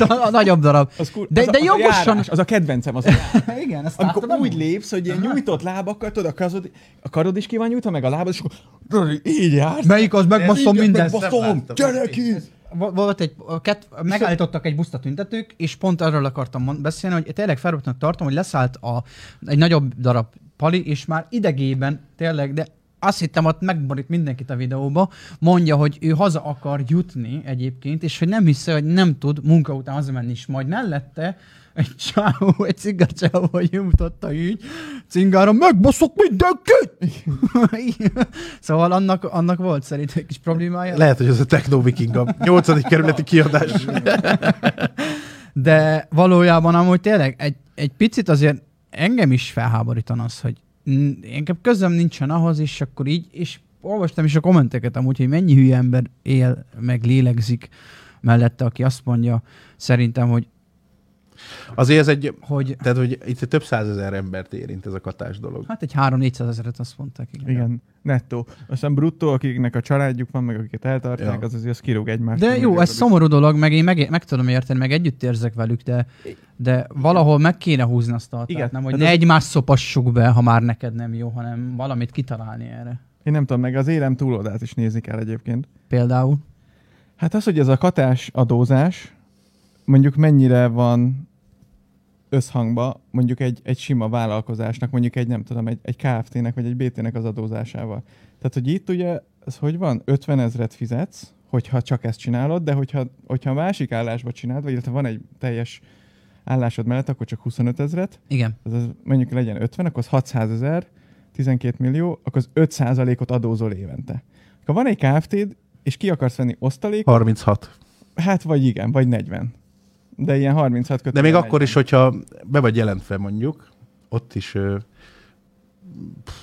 (laughs) Az a, a nagyobb darab.
Az kur-
De,
az a-
de
az a
jogosan...
járás, Az a kedvencem, az a járás.
Igen, ezt
Amikor
látod
úgy
amúgy?
lépsz, hogy ilyen nyújtott lábakkal, tudod, a karod, a karod is ki van nyújtva, meg a lábad, és akkor így jársz.
Melyik az megbaszom
Így
mindent?
megbaszom, gyere ki!
Vo- Volt egy, a kett, megállítottak egy buszt a tüntetők, és pont arról akartam mond- beszélni, hogy tényleg felrúgtnak tartom, hogy leszállt a, egy nagyobb darab pali, és már idegében tényleg, de azt hittem, ott megborít mindenkit a videóba, mondja, hogy ő haza akar jutni egyébként, és hogy nem hiszi, hogy nem tud munka után hazamenni is. Majd mellette egy csávó, egy cingacsávó, hogy mutatta így, cingára, megbaszok mindenkit! (laughs) szóval annak, annak volt szerint egy kis problémája.
Lehet, hogy ez a Techno Viking a nyolcadik kerületi kiadás.
De valójában amúgy tényleg egy, egy picit azért engem is felháborítan az, hogy n- inkább közöm nincsen ahhoz, és akkor így, és olvastam is a kommenteket amúgy, hogy mennyi hülye ember él, meg lélegzik mellette, aki azt mondja szerintem, hogy,
Azért ez egy...
hogy
Tehát, hogy itt több százezer embert érint ez a katás dolog.
hát egy 3-400 ezeret azt mondták. Igen.
Igen, nettó. Aztán bruttó, akiknek a családjuk van, meg akiket eltartják,
Ja.
az azért az kirúg egymást.
De jó, ez szomorú dolog, meg én meg, meg tudom érteni, meg együtt érzek velük, de, de valahol meg kéne húzni azt a határt,
Igen,
nem, hogy
hát
ne
az-
egymást szopassuk be, ha már neked nem jó, hanem valamit kitalálni erre.
Én nem tudom, meg az élem túloldát is nézni kell egyébként.
Például.
Hát az, hogy ez a katás adózás mondjuk mennyire van összhangba mondjuk egy, egy sima vállalkozásnak, mondjuk egy nem tudom, egy, egy KFT-nek vagy egy BT-nek az adózásával. Tehát, hogy itt ugye, ez hogy van? 50 ezret fizetsz, hogyha csak ezt csinálod, de hogyha, hogyha másik állásba csináld, vagy illetve van egy teljes állásod mellett, akkor csak 25 ezret,
Igen.
az, az mondjuk legyen 50, akkor az 600 ezer, 12 millió, akkor az 5 ot adózol évente. Ha van egy kft és ki akarsz venni osztalék,
36.
hát vagy igen, vagy 40. De ilyen 36 kötő.
De még akkor is, hogyha be vagy jelentve mondjuk, ott is ö, pff,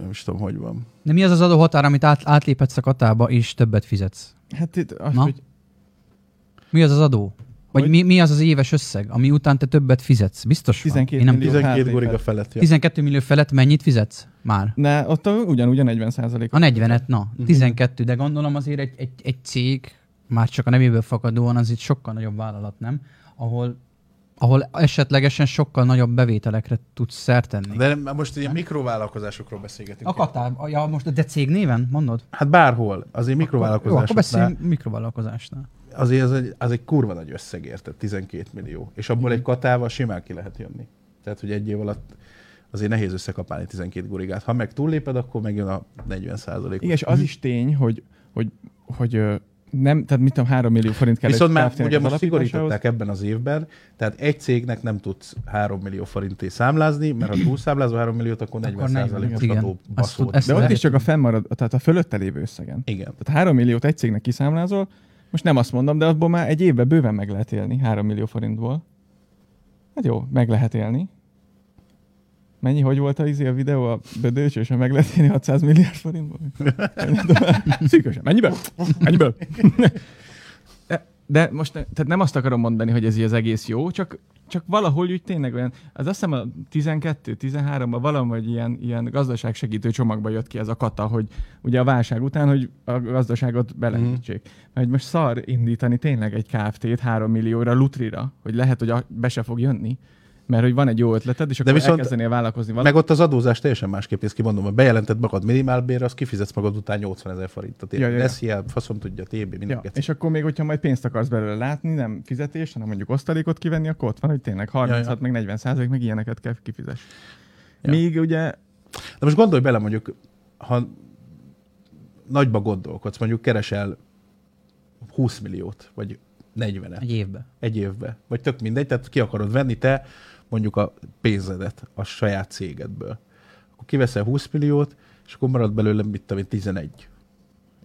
nem is tudom, hogy van.
De mi az az adóhatár, amit át, átléphetsz a katába, és többet fizetsz?
Hát itt az,
Na.
hogy
Mi az az adó? Vagy
Hogy?
mi, mi az az éves összeg, ami után te többet fizetsz? Biztos van.
12
Én nem
millió.
tudom.
12
hátrébb.
goriga felett. Ja.
12 millió felett mennyit fizetsz már?
ne, ott a- ugyanúgy a 40 százalék.
A 40-et, na,
Mhm.
12, de gondolom azért egy, egy, egy cég, már csak a nevéből fakadóan, az itt sokkal nagyobb vállalat, nem? Ahol, ahol esetlegesen sokkal nagyobb bevételekre tudsz szert tenni.
De nem, most ilyen mikrovállalkozásokról beszélgetünk.
A katár, a- ja, most de cég néven, mondod?
Hát bárhol, azért
Jó, akkor
mikrovállalkozásoknál,
beszéljünk mikrovállalkozásnál.
azért az egy, az egy kurva nagy összeg érted, 12 millió. És abból
Mhm.
egy katával simán ki lehet jönni. Tehát, hogy egy év alatt azért nehéz összekapálni 12 gurigát. Ha meg túlléped, akkor megjön a 40 százalék.
Igen, és az is tény, hogy, hogy, hogy ö, nem, tehát mit tudom, 3 millió forint kell
Viszont
egy
már
KFT-nek
ugye
az
most
alapításához.
szigorították ebben az évben, tehát egy cégnek nem tudsz 3 millió forinté számlázni, mert ha túlszámlázol 3 milliót, akkor 40
Akkor 40,
százalékos
igen.
adó
Azt
baszót.
tud- ezt-
De ott
lehet.
is csak a fennmarad, tehát a fölötte lévő összegen.
Igen.
Tehát 3 milliót egy cégnek kiszámlázol, most nem azt mondom, de abból már egy évben bőven meg lehet élni, 3 millió forintból. Hát jó, meg lehet élni. Mennyi, hogy volt a izé a videó a bödőcsös, ha meg lehet élni 600 milliárd forintból? Nem tudom. Szűkösen, mennyiből? Mennyiből? De, de most ne- tehát nem azt akarom mondani, hogy ez így az egész jó, csak, csak valahol úgy tényleg olyan, az azt hiszem a 12-13-ban valahogy ilyen, ilyen gazdaságsegítő csomagba jött ki ez a kata, hogy ugye a válság után, hogy a gazdaságot belehítsék. Mm. Mert most szar indítani tényleg egy KFT-t 3 millióra lutrira, hogy lehet, hogy a, be se fog jönni, mert hogy van egy jó ötleted, és akkor
viszont-
viszont elkezdenél vállalkozni
Meg
valamit.
ott az adózás teljesen másképp néz ki, mondom, a bejelentett magad minimálbér, az kifizetsz magad után 80 ezer forintot. Ja,
Ja,
ja,
ja, ja.
ja. faszom tudja, TB,
Ja,
mindeket.
és akkor még, hogyha majd pénzt akarsz belőle látni, nem fizetés, hanem mondjuk osztalékot kivenni, akkor ott van, hogy tényleg 36,
Ja, ja.
meg 40 százalék, meg ilyeneket kell kifizes.
Ja.
Ja. Még ugye
De most gondolj bele, mondjuk, ha nagyba gondolkodsz, mondjuk keresel 20 milliót, vagy 40-et
Egy évben.
egy évbe, vagy tök mindegy, tehát ki akarod venni te mondjuk a pénzedet a saját cégedből. Akkor kiveszel 20 milliót, és akkor marad belőle, mit tudom én, 11.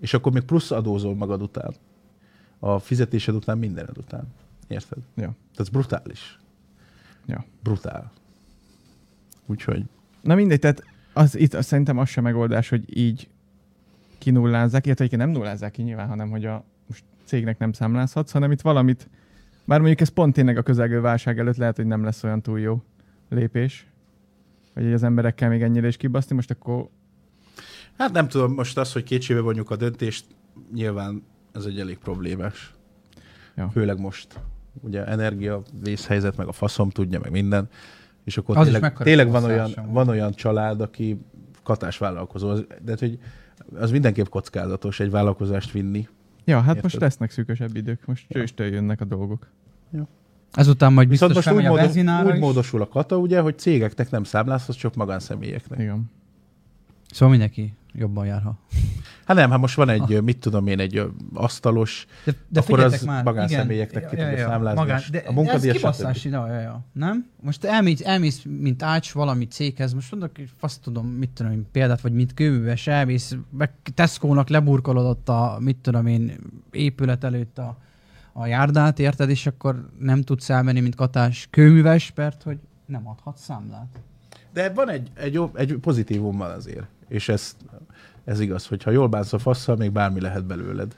És akkor még plusz adózol magad után. A fizetésed után, mindened után. Érted?
Ja.
Tehát ez brutális.
Ja.
Brutál. Úgyhogy.
Na mindegy, tehát az, itt az, szerintem az sem megoldás, hogy így kinullázzák, illetve egyébként nem nullázzák ki nyilván, hanem hogy a most cégnek nem számlázhatsz, hanem itt valamit, bár mondjuk ez pont tényleg a közelgő válság előtt lehet, hogy nem lesz olyan túl jó lépés, hogy így az emberekkel még ennyire is kibaszni, most akkor
Hát nem tudom, most az, hogy kétségbe vonjuk a döntést, nyilván ez egy elég problémás. Ja.
Ja.
Főleg most. Ugye energia, vészhelyzet, meg a faszom tudja, meg minden. És akkor
Az is
tényleg,
mekkora
tényleg van,
faszás
olyan,
amúgy.
van olyan család, aki katás vállalkozó. Az- De hát, hogy az mindenképp kockázatos egy vállalkozást vinni.
ja, hát
Érted.
Érted. most lesznek szűkösebb idők, most ja. csőstől jönnek a dolgok.
Ezután majd biztos
Viszont most úgy,
felmegy a
módos,
benzinára
úgy
is.
módosul a kata, ugye, hogy cégeknek nem számlázhatsz, csak magánszemélyeknek.
Igen.
Szóval mindenki jobban jár, ha.
Hát nem, hát most van
Ah.
egy, mit tudom én, egy ö, asztalos,
De, de
Akkor
figyeljetek
az
már,
magánszemélyeknek
igen,
ki tudja számlázni, és
de
a munkadíjas
Ez kibaszás
stb.
ide, ja, ja, nem? Most elmész, elmész, mint ács valami céghez, most mondok, hogy azt tudom, mit tudom én, példát, vagy mint kőműves, elmész, meg Tesco-nak leburkolod ott a, mit tudom én, épület előtt a, a járdát, érted, és akkor nem tudsz elmenni, mint katás kőműves, mert hogy nem adhat számlát.
De van egy, egy, jó- egy pozitívum van azért, és ez, ez igaz, hogy ha jól bánsz a fasszal, még bármi lehet belőled.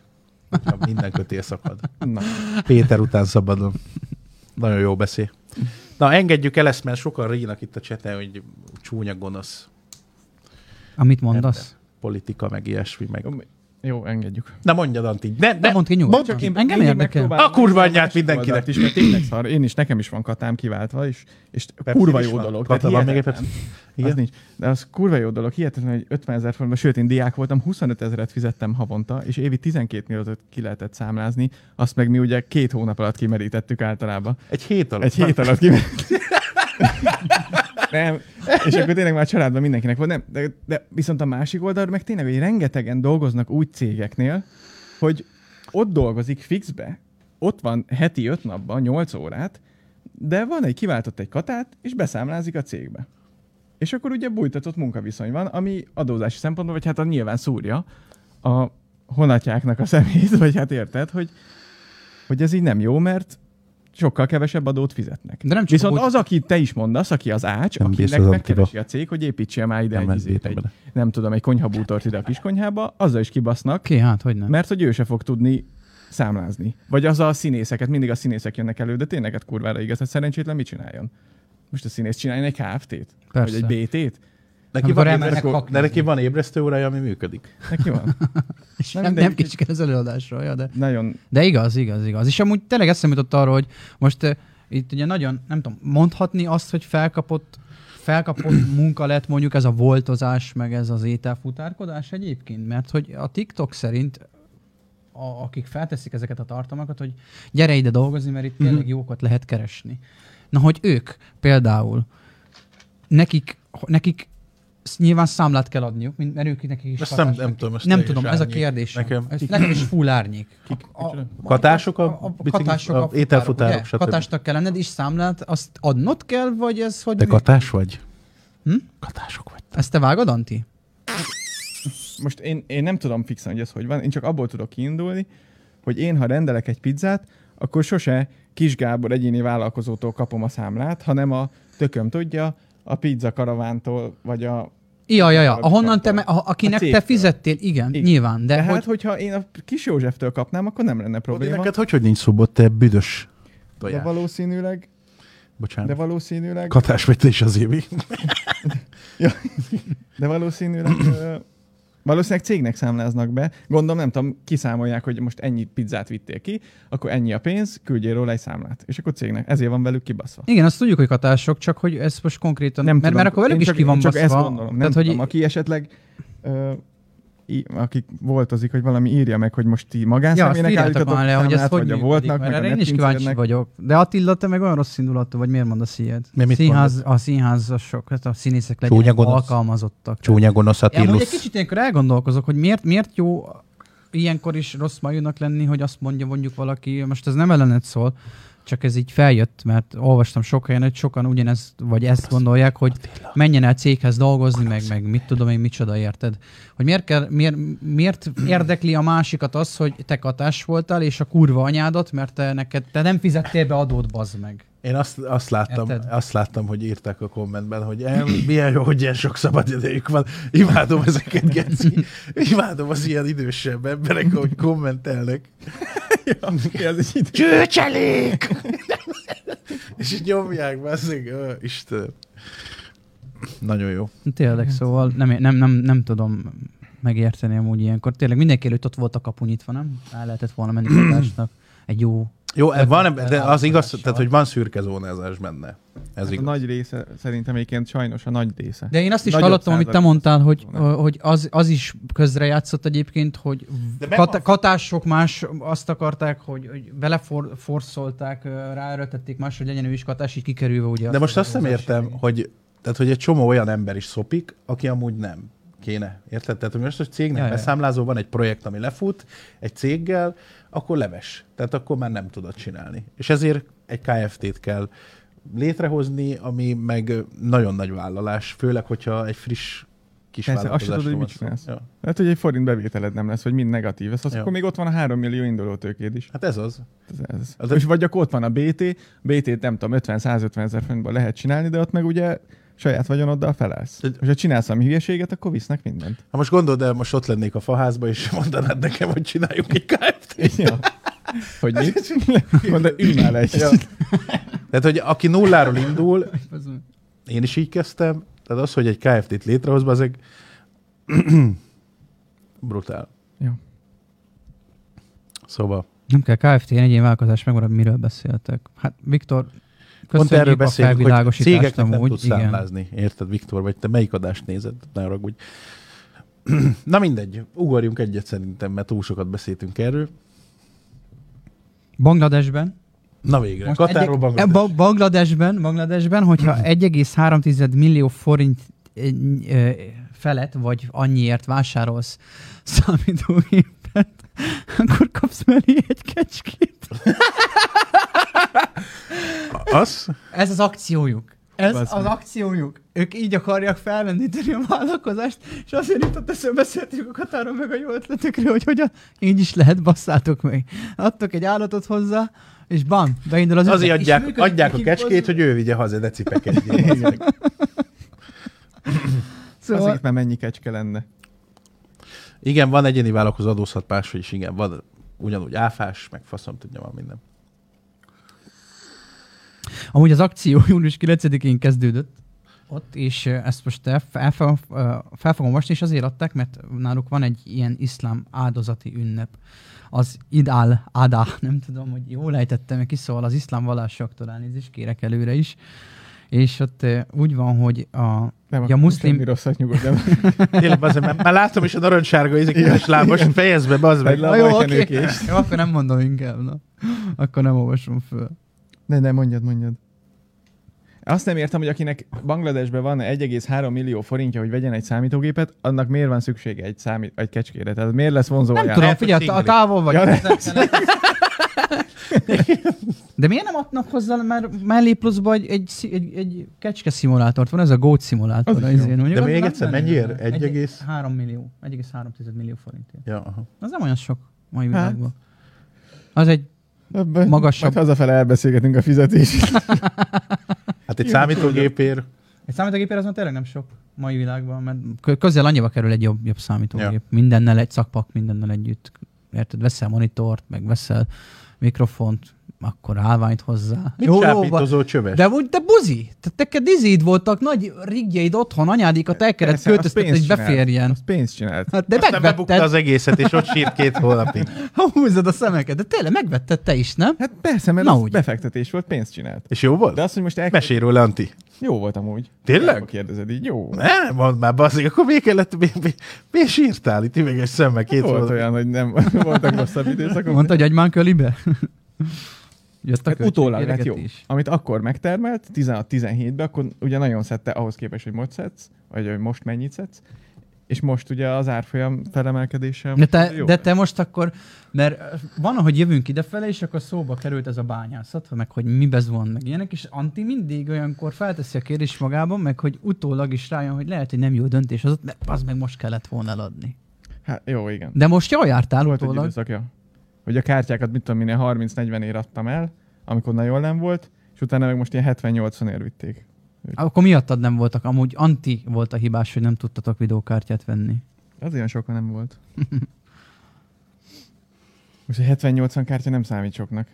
Hogyha Minden kötél szakad.
Na,
Péter után szabadon. Nagyon jó beszél. Na, engedjük el ezt, mert sokan rínak itt a cseten, hogy csúnya gonosz
Amit mondasz?
politika, meg ilyesmi, meg
Jó, engedjük.
Na mondjad, Antti. Ne, ne,
Nem mondd ki
mondd
nyugodtan.
csak én-
Engem
én
érdekel.
megpróbálom.
a kurva anyját mindenkinek.
Mindenkinek is, mert tényleg (clears throat) szar. Én is, nekem is van katám kiváltva, és, és kurva
is
jó
van.
dolog.
Kata,
tehát
van még egy
hihetetlen.
Pepsi?
Az
Igen.
nincs. De az kurva jó dolog, hihetetlen, hogy 50 ezer forintba, sőt, én diák voltam, 25 ezeret fizettem havonta, és évi 12 milliót ki lehetett számlázni, azt meg mi ugye két hónap alatt kimerítettük általában.
Egy hét alatt.
Egy hét alatt kimerítettük. (laughs) Nem. És akkor tényleg már a családban mindenkinek volt. Nem, de, de viszont a másik oldalról meg tényleg, hogy rengetegen dolgoznak úgy cégeknél, hogy ott dolgozik fixbe, ott van heti öt napban, 8 órát, de van egy kiváltott egy katát, és beszámlázik a cégbe. És akkor ugye bújtatott munkaviszony van, ami adózási szempontból, vagy hát a nyilván szúrja a honatjáknak a szemét, vagy hát érted, hogy, hogy ez így nem jó, mert sokkal kevesebb adót fizetnek.
De nem csak
Viszont
úgy-
az, aki te is mondasz, aki az ács,
Nem
akinek
bízom
megkeresi a cég, hogy építsél már ide
Nem
egy,
lesz
izét,
bírtam
egy,
bele.
nem tudom, egy konyhabútort ide a kiskonyhába, azzal is kibasznak,
Oké, hát hogy nem.
mert hogy ő se fog tudni számlázni. Vagy az a színészeket, mindig a színészek jönnek elő, de tényleg hát kurvára igaz, hát szerencsétlen mit csináljon? Most a színész csináljon egy KFT-t? Vagy
Persze.
egy BT-t?
Neki
Amikor
van,
elmennek
ébresztő,
haknizni.
de neki van ébresztő órája, ami működik.
Neki van. Na
Nem,
mindegy,
nem kicsik az előadásról, ja, de...
Nagyon
De igaz, igaz, igaz. És amúgy tényleg eszembe jutott arról, hogy most uh, itt ugye nagyon, nem tudom, mondhatni azt, hogy felkapott, felkapott (clears throat) munka lett mondjuk ez a voltozás, meg ez az ételfutárkodás egyébként, mert hogy a TikTok szerint a, akik felteszik ezeket a tartalmakat, hogy gyere ide dolgozni, mert itt tényleg jókat lehet keresni. Na, hogy ők például, nekik, nekik sz- nyilván számlát kell adniuk, mint- mert ők nekik is
Ezt nem,
katás-
nem tudom. Ezt
nem
teljes
tudom, ez a
árnyék.
kérdés. Nekem,
Nekem
ez nekem is full árnyék. A- a-
katások a,
a, a
biciklis-
katások, a,
a ételfutárok,
stb.
stb.
Katásnak kell lenned, és számlát azt adnod kell, vagy ez, hogy...
Te
mi-
katás vagy?
Hm?
Katások vagy.
Ezt te vágod, Anti?
most én, én nem tudom fixen, hogy ez hogy van, én csak abból tudok kiindulni, hogy én, ha rendelek egy pizzát, akkor sose Kis Gábor egyéni vállalkozótól kapom a számlát, hanem a tököm tudja, a pizza karavántól, vagy a...
Ja, ja, ja.
Valami
Ahonnan te,
kapta.
me- a, akinek te
cégtől.
fizettél, igen,
Igen.
nyilván. De,
De hát,
hogy,
hogyha én a Kis Józseftől kapnám, akkor nem lenne
Probléma?
probléma.
Neked hogy, hogy nincs szobot, te büdös
De
tojás.
valószínűleg,
Bocsánat.
de valószínűleg,
Katás vagy te is az évi.
de valószínűleg, ö, valószínűleg cégnek számláznak be. Gondolom, nem tudom, kiszámolják, hogy most ennyi pizzát vittél ki, akkor ennyi a pénz, küldjél róla egy számlát. És akkor cégnek. Ezért van velük kibaszva.
igen, azt tudjuk, hogy katások, csak hogy ez most konkrétan...
Nem
mert,
tudom.
mert akkor
Én
velük is
csak-
ki van
én csak ezt
baszva.
gondolom. Nem
Tehát,
tudom,
hogy
aki esetleg ö, í, aki voltozik, hogy valami írja meg, hogy most ti
Ja, azt
magánszemélynek
írjátok már le, hogy ez hogy
a
működik,
voltnak,
mert
meg a
erre én is kíváncsi
netpincérednek.
vagyok. De Attila, te meg olyan rossz indulatú vagy, miért mondasz ilyet?
Mert mit
Színház, a színházasok, hát a színészek legyenek
Csúnya gonosz.
alkalmazottak.
Csúnya gonosz
Ja, amúgy egy
Attilus.
kicsit ilyenkor elgondolkozok, hogy miért, miért jó ilyenkor is rossz majúnak lenni, hogy azt mondja mondjuk valaki, most ez nem ellened szól, csak ez így feljött, mert olvastam sok helyen, hogy sokan ugyanezt, vagy ezt gondolják, hogy menjen el céghez dolgozni, meg, meg mit tudom én, micsoda érted. Hogy miért, kell, miért, miért érdekli a másikat az, hogy te katás voltál, és a kurva anyádat, mert te, neked, te nem fizettél be adót, bazd meg.
Én azt, azt, láttam,
Érted?
azt láttam, hogy írták a kommentben, hogy el, milyen jó, hogy ilyen sok szabad idejük van. Imádom ezeket, Geci. Imádom az ilyen idősebb emberek, ahogy kommentelnek. Csőcselék! És így nyomják, bazzeg. Ö, Istenem. Nagyon jó.
Tényleg, szóval nem, nem, nem, nem tudom megérteni amúgy ilyenkor. Tényleg mindenki előtt ott volt a kapu nyitva, nem? El lehetett volna (clears throat) menni hatásnak egy jó...
Jó,
Tehát
van,
nem
de az igaz,
elvárással.
tehát, hogy van szürke zónázás benne. Ez
A
igaz.
nagy része szerintem egyébként sajnos a nagy része.
De én azt is
Nagyobb
hallottam, amit te
százalék.
mondtál, hogy,
Nem.
hogy az, az is közrejátszott egyébként, hogy
De meg
kat,
van-
katások más azt akarták, hogy, hogy vele for, forszolták, ráerőtették más, hogy legyen ő is katás, így kikerülve ugye.
De most
az
azt nem
adózás
értem,
elé.
hogy, tehát, hogy egy csomó olyan ember is szopik, aki amúgy nem kéne. Érted? Tehát, hogy most a cégnek
Ja,
ja,
ja.
beszámlázó van egy projekt, ami lefut egy céggel, akkor leves. Tehát akkor már nem tudod csinálni. És ezért egy KFT-t kell létrehozni, ami meg nagyon nagy vállalás, főleg, hogyha egy friss kis
Persze, azt se tudod, hogy mit
vállalkozásról van
csinálsz.
szó. Ja.
Lehet, hogy egy forint bevételed nem lesz, vagy mind negatív. Ez az,
Ja.
akkor még ott van a 3 millió indulótőkéd is.
Hát ez az.
Ez, ez.
Az
Az és vagy akkor ott van a BT, BT-t nem tudom, 50-150 ezer forintban lehet csinálni, de ott meg ugye saját vagyonoddal felelsz.
Egy-
És ha csinálsz valami hülyeséget, akkor visznek mindent.
(laughs) Ha most gondold el, most ott lennék a faházba, és mondanád nekem, hogy csináljunk egy
(laughs)
KFT-t.
Ja. Hogy mit?
(laughs)
Mondod, ülj már le egy
Ja. Tehát, hogy aki nulláról indul, én is így kezdtem, tehát az, hogy egy KFT-t létrehoz, azek (clears throat) brutál.
Ja.
Szóval
Nem kell KFT, egyén vállalkozás megmarad, miről beszéltek. Hát Viktor,
pont erről
köszönjük a
beszélünk, hogy
felvilágosítást
cégeknek nem
amúgy.
tudsz
Igen.
számlázni. Érted, Viktor, vagy te melyik adást nézed? Ne haragudj. (clears throat) Na mindegy, ugorjunk egyet szerintem, mert túl sokat beszéltünk erről.
Bangladesben
Na végre,
Most
Katárról
egyek-
Bangladesh.
Ba- Bangladesben, Bangladesben, hogyha
Hmm.
1,3 millió forint ö, ö, felett, vagy annyiért vásárolsz számítógépet, akkor kapsz mellé egy kecskét.
Az?
Ez az akciójuk. Ez
Basz
az
meg.
akciójuk. Ők így akarják felmendíteni a vállalkozást, és azért jutott eszembe beszéltünk a Katáron meg a jó ötletekről, hogy hogyan így is lehet, basszátok meg. Adtok egy állatot hozzá, és bam, beindul az
Azért
üzlet. És
adják,
működik
adják a
nekik
kecskét,
az-
hogy ő vigye haza, de
(laughs)
cipeket.
Szóval-
Azért, mert mennyi kecske lenne.
Igen, van egyéni vállalkozó adózhat máshogy is, igen, van ugyanúgy áfás, meg faszom tudja van minden.
Amúgy az akció (laughs) június 9-én kezdődött ott, és ö, ezt most el, fel, fel, ö, fel fogom most, és azért adták, mert náluk van egy ilyen iszlám áldozati ünnep. Az idál adá, (laughs) nem tudom, hogy jól ejtettem, ki szóval az iszlám vallásoktól elnézést kérek előre is. És ott ö, úgy van, hogy a,
Nem,
ja,
akkor
muszlim,
semmi rosszat nyugodj,
(laughs)
nem.
Tényleg, bazd meg, már, már láttam is a narancssárga izék, és lábas, fejezd be, bazd meg.
Vagy le-
Na,
a
jó,
bajtenők
oké. jó, akkor nem mondom inkább, na. Akkor nem olvasom föl.
Ne, ne, mondjad, mondjad. Azt nem értem, hogy akinek Bangladesben van 1,3 millió forintja, hogy vegyen egy számítógépet, annak miért van szüksége egy, számít, egy kecskére? Tehát miért lesz vonzó
Nem
ajánlat?
tudom,
Lehet,
figyelj,
hogy
a
szingli.
távol vagy.
Ja,
Ja,
ne.
De miért nem adnak hozzá mert mellé pluszba egy, egy, szi- egy, egy kecske szimulátort? Van ez a GOAT szimulátor.
Az is
Az
jó.
izén, mondjuk,
De
az
még
nem
egyszer,
lenne
mennyiért?
benne.
Egy egész-
3 millió. 1,3 millió forintért.
Ja, aha.
Az nem olyan sok mai
Hát.
világban. Az egy...
Ebben
Magasabb.
Majd hazafele elbeszélgetünk a
(laughs)
fizetését.
Hát egy számítógépér,
Egy számítógépért az már tényleg nem sok mai világban, mert kö- közel annyiba kerül egy jobb, jobb számítógép. Ja. Mindennel egy szakpak, mindennel együtt. Érted? Veszel monitort, meg veszel mikrofont, akkor állványt hozzá.
mit
Jó,
jó,
jó,
csábítozó csöves?
De úgy, de buzi! Te, neked izéd voltak, nagy rigjeid otthon, anyádikat elkered
Persze, az
költöztetni,
pénzt
hogy
csinált.
beférjen.
Az pénzt csinált.
Hát de
Aztán bebukta
megvetted,
az egészet, és ott sírt két hónapig.
ha húzod a szemeket, de tényleg megvetted te is, nem?
Hát persze, mert
Na
az
úgy.
befektetés volt, pénzt csinált.
És jó
De
volt?
azt, hogy most el...
Mesél róla, Anti.
Jó volt amúgy.
Tényleg?
Ha kérdezed így, jó.
Ne, mondd már, bazzik, akkor miért kellett, mi, mi, miért sírtál itt üveges szemmel két
Volt
hónapig? (laughs)
olyan, hogy nem (laughs) voltak rosszabb időszakok.
Mondta, hogy agymán kölibe? (laughs) Jött a
Hát utólag lett
költségéreket
jó.
is.
Amit akkor megtermelt, 16-17-ben, akkor ugye nagyon szedte ahhoz képest, hogy most szedsz, vagy hogy most mennyit szedsz, és most ugye az árfolyam felemelkedése.
De te,
jó.
de te most akkor, mert ö, van, ahogy jövünk idefele, és akkor szóba került ez a bányászat, meg hogy mi van, meg ilyenek, és Anti mindig olyankor felteszi a kérdés magában, meg hogy utólag is rájön, hogy lehet, hogy nem jó döntés az, de az meg most kellett volna eladni.
Hát jó, igen.
De most jól jártál
Volt egy
utólag.
időszakja, hogy a kártyákat mit tudom minél 30-40 ér adtam el, amikor nagyon nem volt, és utána meg most ilyen 70-80 ér vitték.
Akkor miattad nem voltak, amúgy anti volt a hibás, hogy nem tudtatok videókártyát venni.
Az olyan sokan nem volt. Most a 70-80 kártya nem számít soknak.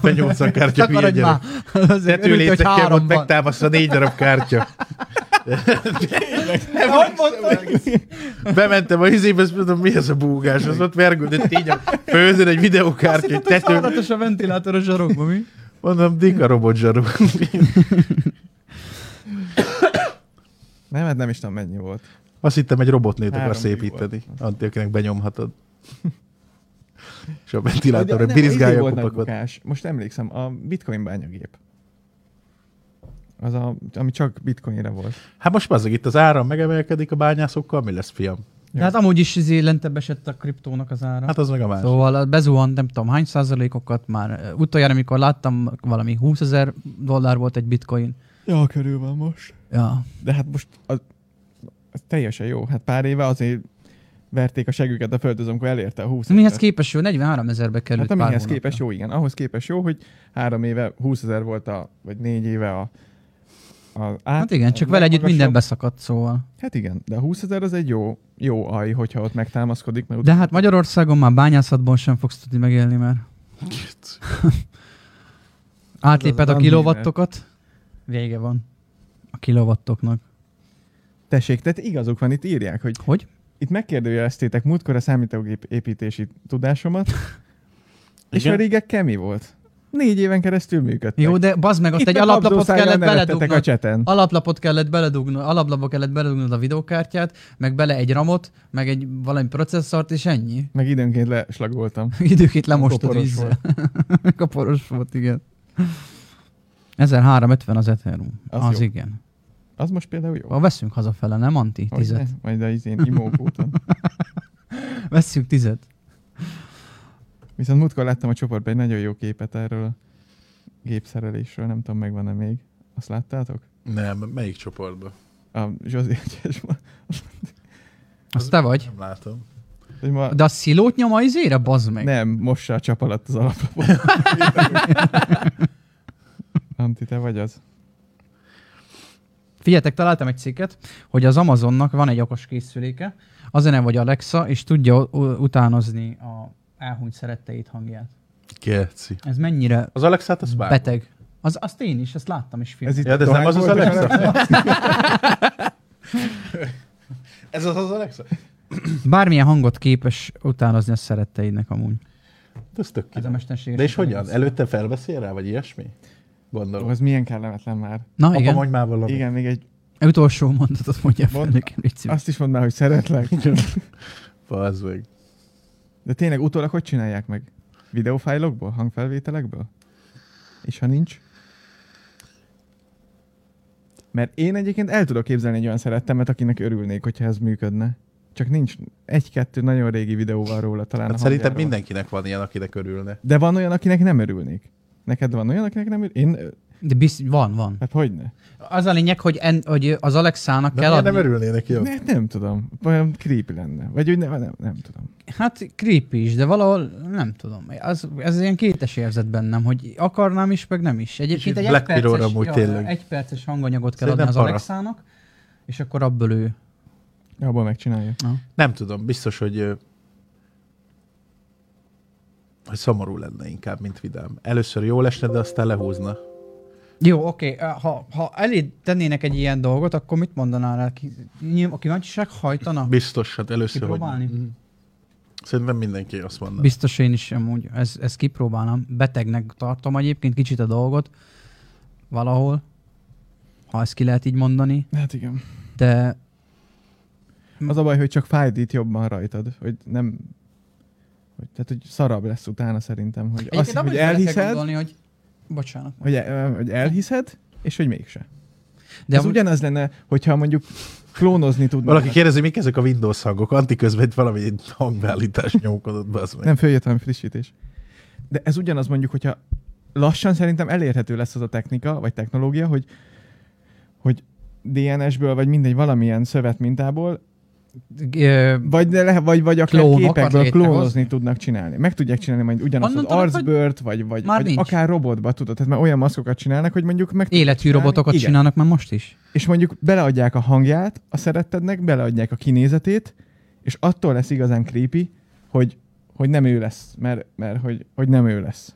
78 kártya hülye
Takarodj
gyerek.
már! (laughs) Azért örült, hogy
Tetőlécekkel volt
három van.
megtámasz a négy darab kártya. Nem Bementem a izébe, azt mondom, mi ez a búgás? Az ott vergődött így a főzön egy videókártya, egy tető.
Állatos a ventilátor a zsarokba, mi?
Mondom, dik a robot zsaru.
Nem, hát nem is tudom mennyi volt.
Azt hittem, egy robotnőt
Három
akarsz
millió
építeni.
volt.
Anti, akinek benyomhatod. (laughs) És a
De-
ventilátorra
nem, izé
hát birizgálja a
volt nagy
kupakot.
bukás. Most emlékszem, a bitcoin bányagép. Az, a, ami csak bitcoinra volt.
Hát most bazzag, itt az áram megemelkedik a bányászokkal, mi lesz, fiam?
De hát amúgy is izé lentebb esett a kriptónak az ára.
Hát az meg a más.
Szóval a- bezuhant nem tudom hány százalékokat már. Ö, Utoljára, amikor láttam, valami 20 ezer dollár volt egy bitcoin.
Ja, körül van most.
Ja.
De hát most az, az teljesen jó. Hát pár éve azért verték a següket a földhöz, amikor elérte a 20
Mihez
ezret.
képest jó? 43 ezerbe került
Hát amihez
pár
képest jó, igen. Ahhoz képest jó, hogy három éve 20 ezer volt a, vagy négy éve a, a át,
Hát igen, csak
a
vele együtt minden
legmagasabb.
beszakadt, szóval.
Hát igen, de a 20 ezer az egy jó, jó aj, hogyha ott megtámaszkodik, mert
De hát Magyarországon már bányászatból sem fogsz tudni megélni, mert átléped a
van
kilowattokat, vége van a kilowattoknak.
Tessék, tehát igazuk van, itt írják, hogy
Hogy?
itt megkérdőjeleztétek múltkor a számítógép építési tudásomat, és a
Igen?
régekkel mi volt? Négy éven keresztül működtek.
Jó, de bazd meg, ott
Itt
egy
meg
alaplapot
habzószájjal
kellett
nevettetek a
beledugnod.
cseten.
Alaplapot kellett beledugnod, alaplapba kellett beledugnod a videókártyát, meg bele egy ramot, meg egy valami processzort, és ennyi.
Meg időnként leslagoltam.
(laughs) Időként lemostod
Koporos
vízzel. (laughs) Kaporos volt, igen. 1350 az Ethereum.
Az
Az, az
jó.
igen.
Az most például jó.
Ha veszünk hazafele, nem Anti?
Hogy
Tizet.
ne? Majd az izén imókúton.
Veszünk tizet.
Viszont múltkor láttam a csoportban egy nagyon jó képet erről a gépszerelésről, nem tudom, megvan-e még. Azt láttátok?
Nem, melyik csoportban?
A Zsozi (laughs) egyes ma,
Az te vagy.
Nem látom.
hogy ma
De a szilót nyoma izére, bazd meg.
nem, mossa a csap alatt az alaplapot. Anti, te vagy az.
Figyeljetek, találtam egy cikket, hogy az Amazonnak van egy okos készüléke, az a neve, hogy Alexa, és tudja u- utánozni a elhunyt szeretteit hangját.
Keci.
Ez mennyire
Az Alexát az bár.
beteg. Az, azt én is, azt láttam is film.
Ez itt
Ja, de ez nem az az
dohány volt,
Alexa? Ez az az Alexa?
Bármilyen hangot képes utánozni a szeretteidnek amúgy.
De Hát ez tök
Ez a
király.
mesterséges.
De és hogyan?
intelligencia.
Előtte felbeszél rá, vagy ilyesmi?
Ó,
Gondolom.
Az milyen kellemetlen már.
Na
Apa,
Ah, igen,
mondj már valamit.
Igen, még egy...
utolsó mondatot mondja fel
Mond-
nekem, légy szíves.
Azt is mondd már, hogy szeretlek.
Bazd meg.
De tényleg utólag hogy csinálják meg? Videófájlokból? Hangfelvételekből? És ha nincs? Mert én egyébként el tudok képzelni egy olyan szerettemet, akinek örülnék, hogyha ez működne. Csak nincs egy-kettő nagyon régi videóval róla talán.
Hát
a
szerintem
hangjáról.
mindenkinek van ilyen, akinek örülne.
De van olyan, akinek nem örülnék. Neked van olyan, akinek nem örülnék? Én...
Ah.
De bizt, van, van.
Hát hogyne?
Az a lényeg, hogy, en, hogy az Alexának
De
kell
miért
adni.
nem örülnének jó?
Ne, nem tudom. Olyan creepy lenne. Vagy úgy ne, nem, nem tudom.
Hát creepy is, de valahol nem tudom. Az, ez ilyen kétes érzet bennem, hogy akarnám is, meg nem is. Egyébként
És
egy
Black Mirror
egyperces,
amúgy tényleg.
egyperces hanganyagot kell
Szerintem
adni az
para.
Alexának, és akkor abból ő.
Abból megcsinálja.
Nem tudom, biztos, hogy ö, hogy szomorú lenne inkább, mint vidám. Először jól esne, de aztán lehúzna.
Jó, oké, okay. ha, ha elé tennének egy ilyen dolgot, akkor mit mondanál rá? Ki, nyilv- a kíváncsiság hajtana?
Biztos, hát először, hogy...
Kipróbálni?
Mhm. Szerintem mindenki azt mondna.
Biztos én is amúgy ezt ez kipróbálnám. Betegnek tartom egyébként kicsit a dolgot valahol, ha ezt ki lehet így mondani,
Hát igen.
de
Az a baj, hogy csak fájdít jobban rajtad, hogy nem... Hogy, tehát, hogy szarabb lesz utána szerintem, hogy
Egyébként
azt,
abban
hogy
is bele kell
elhiszed,
Gondolni, hogy... Bocsánat.
hogy, el- hogy elhiszed, és hogy mégse.
De
De ez
amúgy-
ugyanaz lenne, hogyha mondjuk klónozni tudnál.
Valaki kérdezi, mik ezek a Windows hangok? Anti közben egy valami egy hangbeállítás nyomkodott be az meg.
Nem, följött valami frissítés. De ez ugyanaz mondjuk, hogyha lassan szerintem elérhető lesz az a technika, vagy technológia, hogy, hogy DNS-ből, vagy mindegy, valamilyen szövetmintából,
Ö,
vagy, de le, vagy, vagy akár
Klónokat
képekből
létrehozni.
klónozni tudnak csinálni. Meg tudják csinálni majd ugyanazt az
Onnantól, hogy-
arcbőrt, vagy, vagy,
Már
vagy
nincs.
akár robotba, tudod. Tehát már olyan maszkokat csinálnak, hogy mondjuk meg tudják
Életű
csinálni.
robotokat
Igen.
csinálnak már most is.
És mondjuk beleadják a hangját a szerettednek, beleadják a kinézetét, és attól lesz igazán creepy, hogy, hogy nem ő lesz, mert, mert hogy, hogy nem ő lesz.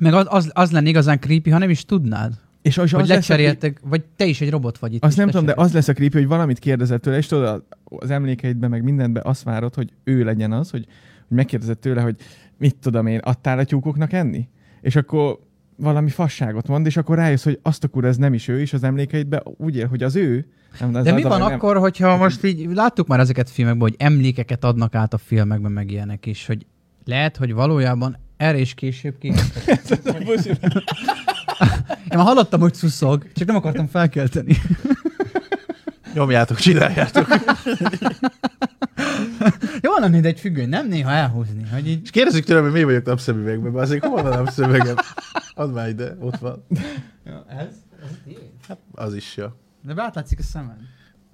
Meg az, az, az lenne igazán creepy, ha nem is tudnád.
És az,
Hogy
az lesz a creepy-
lecseréltek, vagy te is egy robot vagy itt.
azt
és
nem tudom, de
lecseréltek.
az lesz a creepy, hogy valamit kérdezett tőle, és tudod, a- az emlékeidben, meg mindenben azt várod, hogy ő legyen az, hogy, hogy megkérdezett tőle, hogy mit tudom én, adtál a tyúkoknak enni? És akkor valami fasságot mond, és akkor rájössz, hogy azt a kur, ez nem is ő, és az emlékeidben úgy él, hogy az ő. Nem, ez
De mi
az a
van
baj, nem.
akkor, hogyha most így láttuk már ezeket filmekben, hogy emlékeket adnak át a filmekben, meg ilyenek is, hogy lehet, hogy valójában erre is később
(laughs)
ki. Én már hallottam, hogy szuszog, csak nem akartam felkelteni.
Nyomjátok, csináljátok.
Jó lenne ide egy függöny, nem néha elhúzni, hogy így
És kérdezik tőlem, hogy mi vagyok napszemüvegben, mert azért hol van a napszemüvegem? Add már ide, ott van. Az is, ja.
De átlátszik a szemed.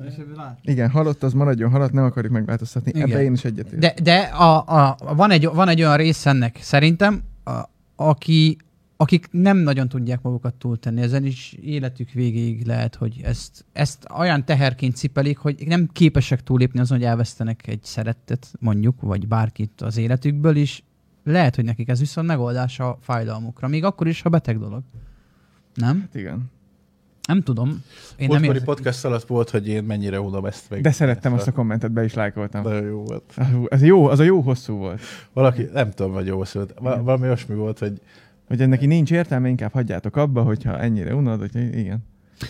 És ebből lát.
Igen, halott az maradjon halott, nem akarjuk megváltoztatni.
Igen.
Igen. Ebbe én is egyetértek.
De, de a, a, van, egy, van egy olyan rész ennek szerintem, a, aki, akik nem nagyon tudják magukat túltenni, ezen is életük végéig lehet, hogy ezt, ezt olyan teherként cipelik, hogy nem képesek túlépni azon, hogy elvesztenek egy szerettet, mondjuk, vagy bárkit az életükből is. Lehet, hogy nekik ez viszont megoldás a fájdalmukra, még akkor is, ha beteg dolog. Nem?
Igen.
Nem tudom. Én nem
Múltkori
érzek.
podcast alatt volt, hogy én mennyire unom ezt meg.
De szerettem azt
ezt
a kommentet, be is lájkoltam.
Nagyon jó volt.
Hú, Az jó, az a jó hosszú volt.
Valaki, nem tudom, hogy jó szólt. Va- Valami olyasmi volt, hogy
Hogy ennek így nincs értelme, inkább hagyjátok abba, hogyha ennyire unod, hogy igen.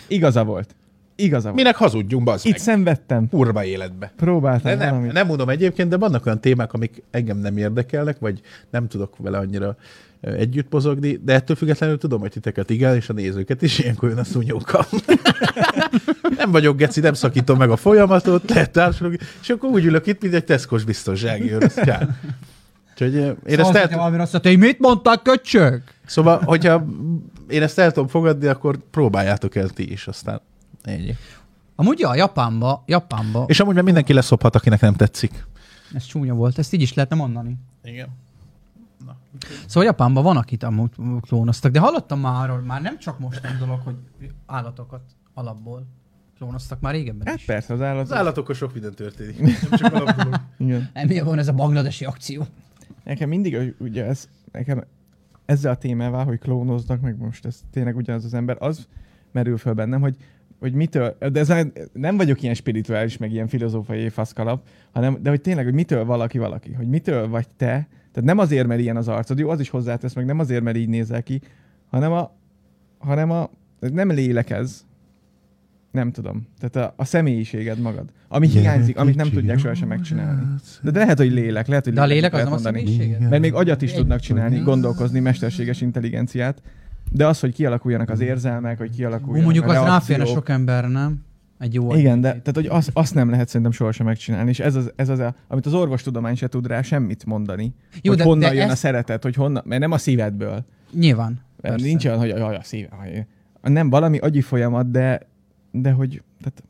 Igaza volt. Igaza volt.
minek hazudjunk, bazd
Itt
meg.
szenvedtem.
Kurva életbe.
Próbáltam
De
nem,
nem,
valamit.
nem mondom egyébként, de vannak olyan témák, amik engem nem érdekelnek, vagy nem tudok vele annyira ö, együtt mozogni, de ettől függetlenül tudom, hogy titeket igen, és a nézőket is ilyenkor jön a szúnyóka. (laughs) nem vagyok geci, nem szakítom meg a folyamatot, lehet társulok, és akkor úgy ülök itt, mint egy teszkos biztonsági őr. azt jár. Úgyhogy ö, én ezt el,
Szóval, Valami azt mondta, hogy mit mondták, köcsög?
Szóval, hogyha én ezt el tudom fogadni, akkor próbáljátok el ti is aztán. Ennyi.
Amúgy ja, Japánba, Japánba, és
És amúgy már mindenki leszophat, akinek nem tetszik.
ez csúnya volt, ezt így is lehetne mondani.
Igen.
Szóval Japánban van, akit amúgy klónoztak, de hallottam már arról, már nem csak most nem dolog, hogy állatokat alapból klónoztak, már régebben
Hát
is.
persze, az állat.
Az állatokkal sok minden történik. Nem csak alapulunk.
Igen.
Emiatt van ez a bangladesi akció.
Nekem mindig, ugye ez, nekem ezzel a témával, hogy klónoznak, meg most ez tényleg ugyanaz az ember, az merül föl bennem, hogy hogy mitől, de ez nem vagyok ilyen spirituális, meg ilyen filozófiai faszkalap, hanem, de hogy tényleg, hogy mitől valaki valaki, hogy mitől vagy te, tehát nem azért, mert ilyen az arcod, jó, az is hozzátesz, meg nem azért, mert így nézel ki, hanem a, hanem a, nem lélekez, nem tudom, tehát a, a személyiséged magad, ami hiányzik, amit nem tudják sohasem megcsinálni. De, de lehet, hogy lélek, lehet, hogy
De a lélek az
lehet
nem a
mondani.
személyiséged?
Mert még agyat is
Egy-
tudnak csinálni, gondolkozni, mesterséges intelligenciát, de az, hogy kialakuljanak az érzelmek, hogy
Hú,
kialakuljanak
mondjuk
a
az ráférne
reakciók.
sok ember, nem? Egy jó
Igen, de
agyvédét.
tehát, hogy azt, azt nem lehet szerintem sohasem megcsinálni, és ez az, ez az a, amit az orvostudomány se tud rá semmit mondani.
Jó,
Jó, hogy
de-
de, honnan
de
jön ezt... a
ezt-
szeretet, hogy honnan, mert nem a szívedből.
Nyilván.
Persze.
persze.
Nincs olyan, hogy jaj, a szív, jaj. Nem, valami agyi folyamat, de, de hogy tehát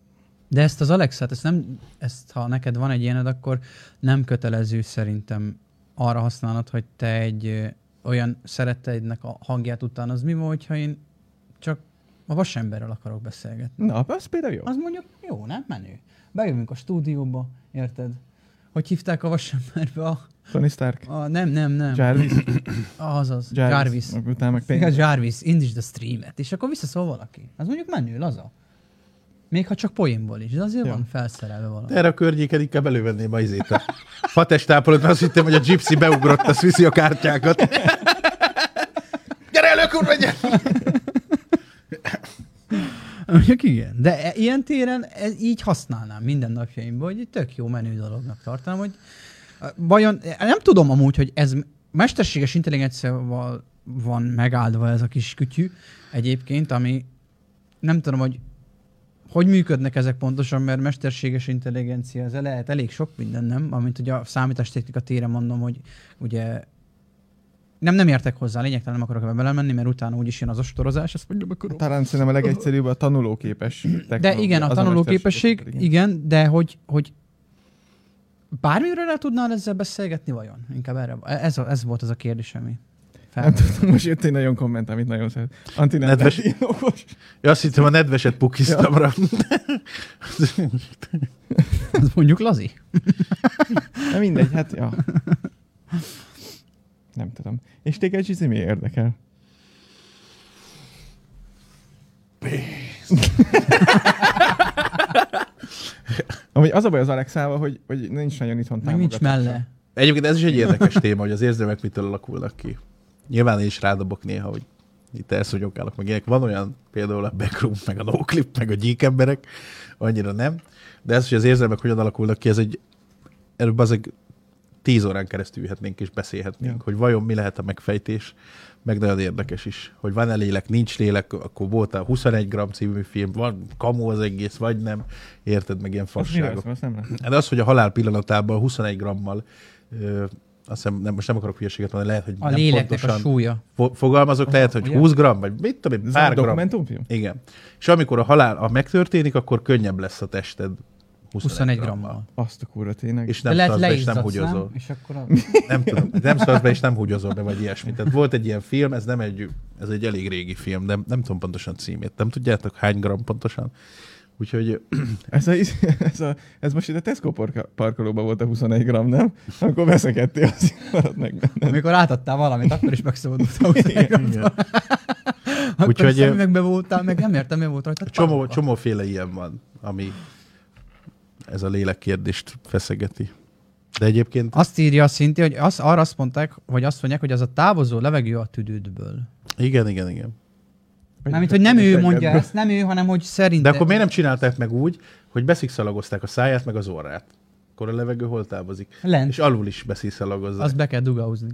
De ezt az Alexát, ezt nem, ezt ha neked van egy ilyened, akkor nem kötelező szerintem arra használnod, hogy te egy ö, olyan szeretteidnek a hangját utánoz. Mi van, hogyha én csak a vasemberrel akarok beszélgetni?
na, az például jó.
Az mondjuk jó, nem menő. Bejövünk a stúdióba, érted? Hogy hívták a vasemberbe a...
Tony Stark,
a nem, nem, nem.
Jarvis,
Azaz,
Jarvis, Hm.
Jarvis.
meg utána meg
Igen,
pénz.
Jarvis, indítsd a streamet, és akkor visszaszól valaki. Az mondjuk menő, laza. Még ha csak poénból is, de azért
Ja.
van felszerelve valami.
Erre a környéken inkább elővenném a izét. A fatestápolót, mert azt hittem, hogy a gypsy beugrott, azt viszi a kártyákat. Gyere elő, kurva, gyere!
Mondjuk igen, de e- ilyen téren ez így használnám minden napjaimban, hogy egy tök jó menő dolognak tartanám, hogy ö, vajon, e, nem tudom amúgy, hogy ez m- mesterséges intelligenciával van megáldva ez a kis kütyű egyébként, ami nem tudom, hogy hogy működnek ezek pontosan, mert mesterséges intelligencia, ez lehet elég sok minden, nem? Amint ugye a számítástechnika téren mondom, hogy ugye nem, nem értek hozzá, lényegtelen nem akarok ebbe belemenni, mert utána úgyis jön az ostorozás, azt mondjam, akkor
Talán szerintem a legegyszerűbb a tanulóképes
de
technológia,
igen, a
az
tanulóképesség,
mesterséges intelligencia.
igen, de hogy, hogy bármiről el tudnál ezzel beszélgetni vajon? Inkább erre, ez, a, ez volt az a kérdés, ami
Nem
fel. (laughs)
tudom, most jött egy nagyon komment, amit nagyon szeret. Anti nem
Nedves.
lehet ilyen okos.
Ja, azt hittem, a nedveset pukiztam rá.
Ez Hát mondjuk lazi.
Na mindegy, hát ja. Nem tudom. És téged Zsizi mi érdekel? Amúgy az a baj az Alexával, hogy, hogy nincs nagyon itthon
Meg nincs
támogatás.
melle.
Egyébként ez is egy érdekes (laughs) téma, hogy az érzelmek mitől alakulnak ki. Nyilván én is rádobok néha, hogy itt elszúnyogálok meg ilyenek. Van olyan, például a Backroom, meg a Noclip, meg a gyík emberek, annyira nem. De ez, hogy az érzelmek hogyan alakulnak ki, ez egy előbb azok tíz órán keresztül ülhetnénk és beszélhetnénk,
Ja.
ja. hogy vajon mi lehet a megfejtés, meg nagyon érdekes is, hogy van-e lélek, nincs lélek, akkor volt a 21 gram című film, van kamó az egész, vagy nem, érted, meg ilyen
Az mi lesz?
fasságok.
Azt nem lesz.
Hát az, hogy a halál pillanatában 21 grammal, ö, azt hiszem, nem, most nem akarok hülyeséget mondani, lehet, hogy
A
nem
léleknek a
pontosan
súlya.
fo- fogalmazok, lehet, hogy
ugye?
20 gram, vagy mit tudom én,
Ez
pár
nem
gram.
dokumentumfilm?
Igen. És amikor a halál a megtörténik, akkor könnyebb lesz a tested 21,
21
grammal.
grammal.
Azt a kurva tényleg.
És
De
nem
lehet
szarsz be, és nem
leizzadsz,
húgyozol.
nem? És akkor a...
Nem tudom, nem szarsz be, és nem húgyozol be, vagy ilyesmi. Tehát volt egy ilyen film, ez nem egy, ez egy elég régi film, de nem tudom pontosan címét. Nem tudjátok hány gram pontosan? Úgyhogy
Ez, a, ez, a, ez most itt a Tesco parka, parkolóban volt a 21 gram, nem? Amikor veszekedtél, az így maradt meg benne.
Amikor átadtál valamit, akkor is megszabadult a 21 gramtól. Akkor
Úgyhogy-
szemüvegbe voltál, meg nem értem, mi volt rajta.
Csomó,
Pápa.
csomóféle ilyen van, ami ez a lélek kérdést feszegeti. De egyébként
Azt írja a Szinti, hogy az, arra azt mondták, vagy azt mondják, hogy az a távozó levegő a tüdődből.
igen, igen, igen.
Mármint, hogy nem ő mondja ezt, nem ő, hanem hogy szerinte.
De akkor miért nem csinálták meg úgy, hogy beszikszalagozták a száját, meg az orrát? Akkor a levegő hol távozik?
Lent.
És alul is beszikszalagozzák.
Azt be kell dugáhozni.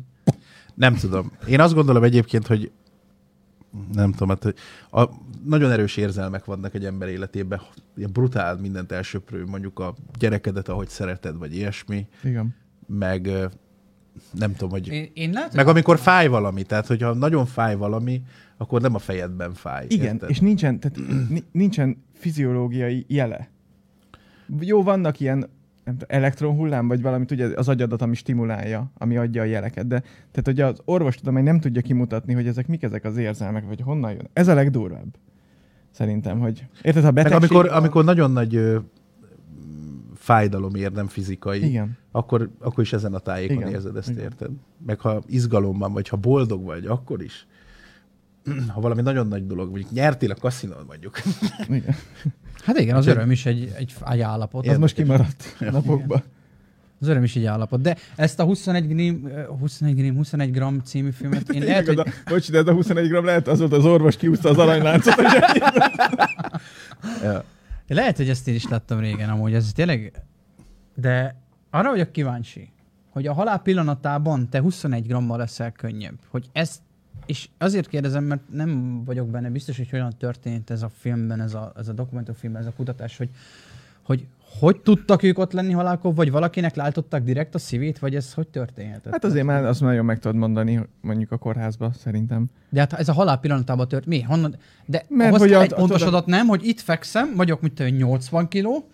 Nem tudom. Én azt gondolom egyébként, hogy nem tudom, hát hogy a, nagyon erős érzelmek vannak egy ember életében, ilyen brutál mindent elsöprő, mondjuk a gyerekedet, ahogy szereted, vagy ilyesmi,
Igen.
meg ö, nem tudom, hogy...
Én, én lehet,
Meg amikor fáj valami, tehát hogyha nagyon fáj valami, akkor nem a fejedben fáj.
Igen,
érted?
és nincsen, tehát ni- nincsen fiziológiai jele. Jó, vannak ilyen nem tudom, elektronhullám, vagy valamit, ugye az agyadat, ami stimulálja, ami adja a jeleket, de tehát ugye az orvostudomány nem tudja kimutatni, hogy ezek mik ezek az érzelmek, vagy honnan jön. Ez a legdurvább. Szerintem, hogy... Érted, ha
Meg
betegség...
amikor,
van-
amikor nagyon nagy ö, fájdalom ér, nem fizikai,
Igen.
Akkor, akkor is ezen a tájékon
Igen.
érzed ezt,
Igen.
érted? Meg ha izgalom van, vagy ha boldog vagy, akkor is. (clears throat) Ha valami nagyon nagy dolog, mondjuk nyertél a kaszinón mondjuk. (clears throat)
Igen.
Hát igen, az öröm is egy, egy, egy állapot.
Az
Az,
most kimaradt napokban.
az öröm is egy állapot. De ezt a 21 gram, 21 gram, 21 gram című filmet én lehet,
Tényleg
hogy
az a, bocs, de ez a 21 gram lehet, az volt az orvos kiúszta az aranyláncot, és
Ja.
Lehet, hogy ezt én is láttam régen amúgy, ez tényleg... De arra vagyok kíváncsi, hogy a halál pillanatában te 21 grammal leszel könnyebb. Hogy ez... És azért kérdezem, mert nem vagyok benne biztos, hogy olyan történt ez a filmben, ez a, ez a dokumentumfilmben, ez a kutatás, hogy, hogy hogy tudtak ők ott lenni halálkor, vagy valakinek látották direkt a szívét, vagy ez hogy történhetett?
Hát azért már azt nagyon meg tudod mondani, hogy mondjuk a kórházba, szerintem.
De hát ez a halál pillanatában tört. Mi? Honnan? De Mert
Mert
hogy
hogy a-
egy
a-
pontos
tudod-
adat nem, hogy itt fekszem, vagyok mint tudom én, 80 kiló,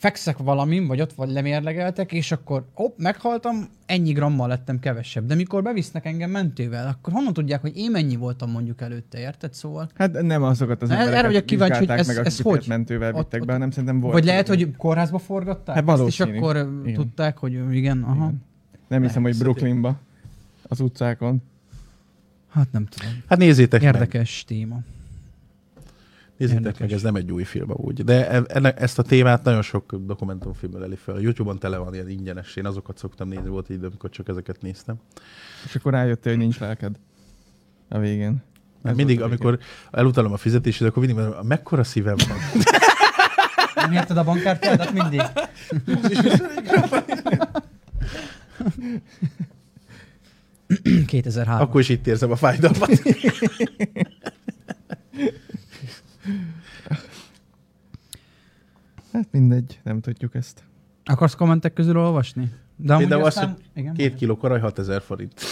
fekszek valamin, vagy ott vagy lemérlegeltek, és akkor op, meghaltam, ennyi grammal lettem kevesebb. De mikor bevisznek engem mentővel, akkor honnan tudják, hogy én mennyi voltam mondjuk előtte, érted? Szóval...
Hát nem azokat az
Na, erre
embereket
vagyok kíváncsi, hogy
vizsgálták
ez-
meg,
ez
akiket
hogy?
mentővel
Ott-
vittek
ott-
be, hanem szerintem volt.
Vagy lehet,
olyan.
hogy kórházba forgatták?
Hát
Ezt, és
valószínű.
akkor igen.
Igen.
tudták, hogy igen, aha. Igen.
Igen. Nem hiszem, hogy
Lehet,
Brooklynba, az utcákon.
Hát nem tudom.
Hát nézzétek meg.
Érdekes téma.
Nézzétek
Érdekes.
meg, ez nem egy új film úgy. De e- enne, ezt a témát nagyon sok dokumentumfilmmel elé fel. A YouTube-on tele van ilyen ingyenes, én azokat szoktam nézni, volt egy időm, amikor csak ezeket néztem.
És akkor rájöttél, hogy nincs lelked a végén.
Mert
Ez
mindig,
volt a
amikor elutalom a fizetését, akkor mindig mondom, mekkora szívem
(laughs)
van.
Hát.
Nem érted a bankkártyádat mindig?
Hát.
2003.
Akkor is itt érzem a fájdalmat.
(laughs) Hát mindegy, nem tudjuk ezt.
Akarsz kommentek közül olvasni? De amúgy
Például
aztán...
azt, hogy
igen,
Két kiló karaj, 6000 forint.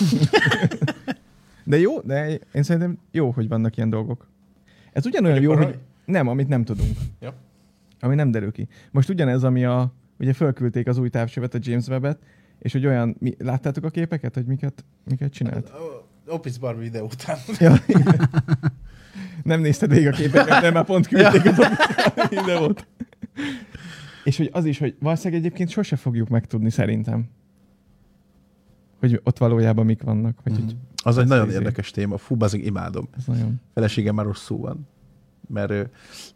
De jó, de én szerintem jó, hogy vannak ilyen dolgok. Ez ugyanolyan jó,
arra-
hogy... Nem, amit nem tudunk.
Ja.
Ami nem derül ki. Most ugyanez, ami a... Ugye fölküldték az új távcsövet, a James Webb-et, és hogy olyan... Mi, láttátok a képeket, hogy miket, miket
(laughs)
csinált?
Opis Barbie videó után.
Ja, igen. nem nézted végig a képeket, nem, már pont küldték ja. a (laughs) videót. És hogy az is, hogy valószínűleg egyébként sose fogjuk megtudni szerintem, hogy ott valójában mik vannak, vagy hogy
Az egy
Ezt
nagyon
nézi.
érdekes téma. Fú, bazeg, imádom.
ez nagyon...
Feleségem már rosszul van. Mert ö,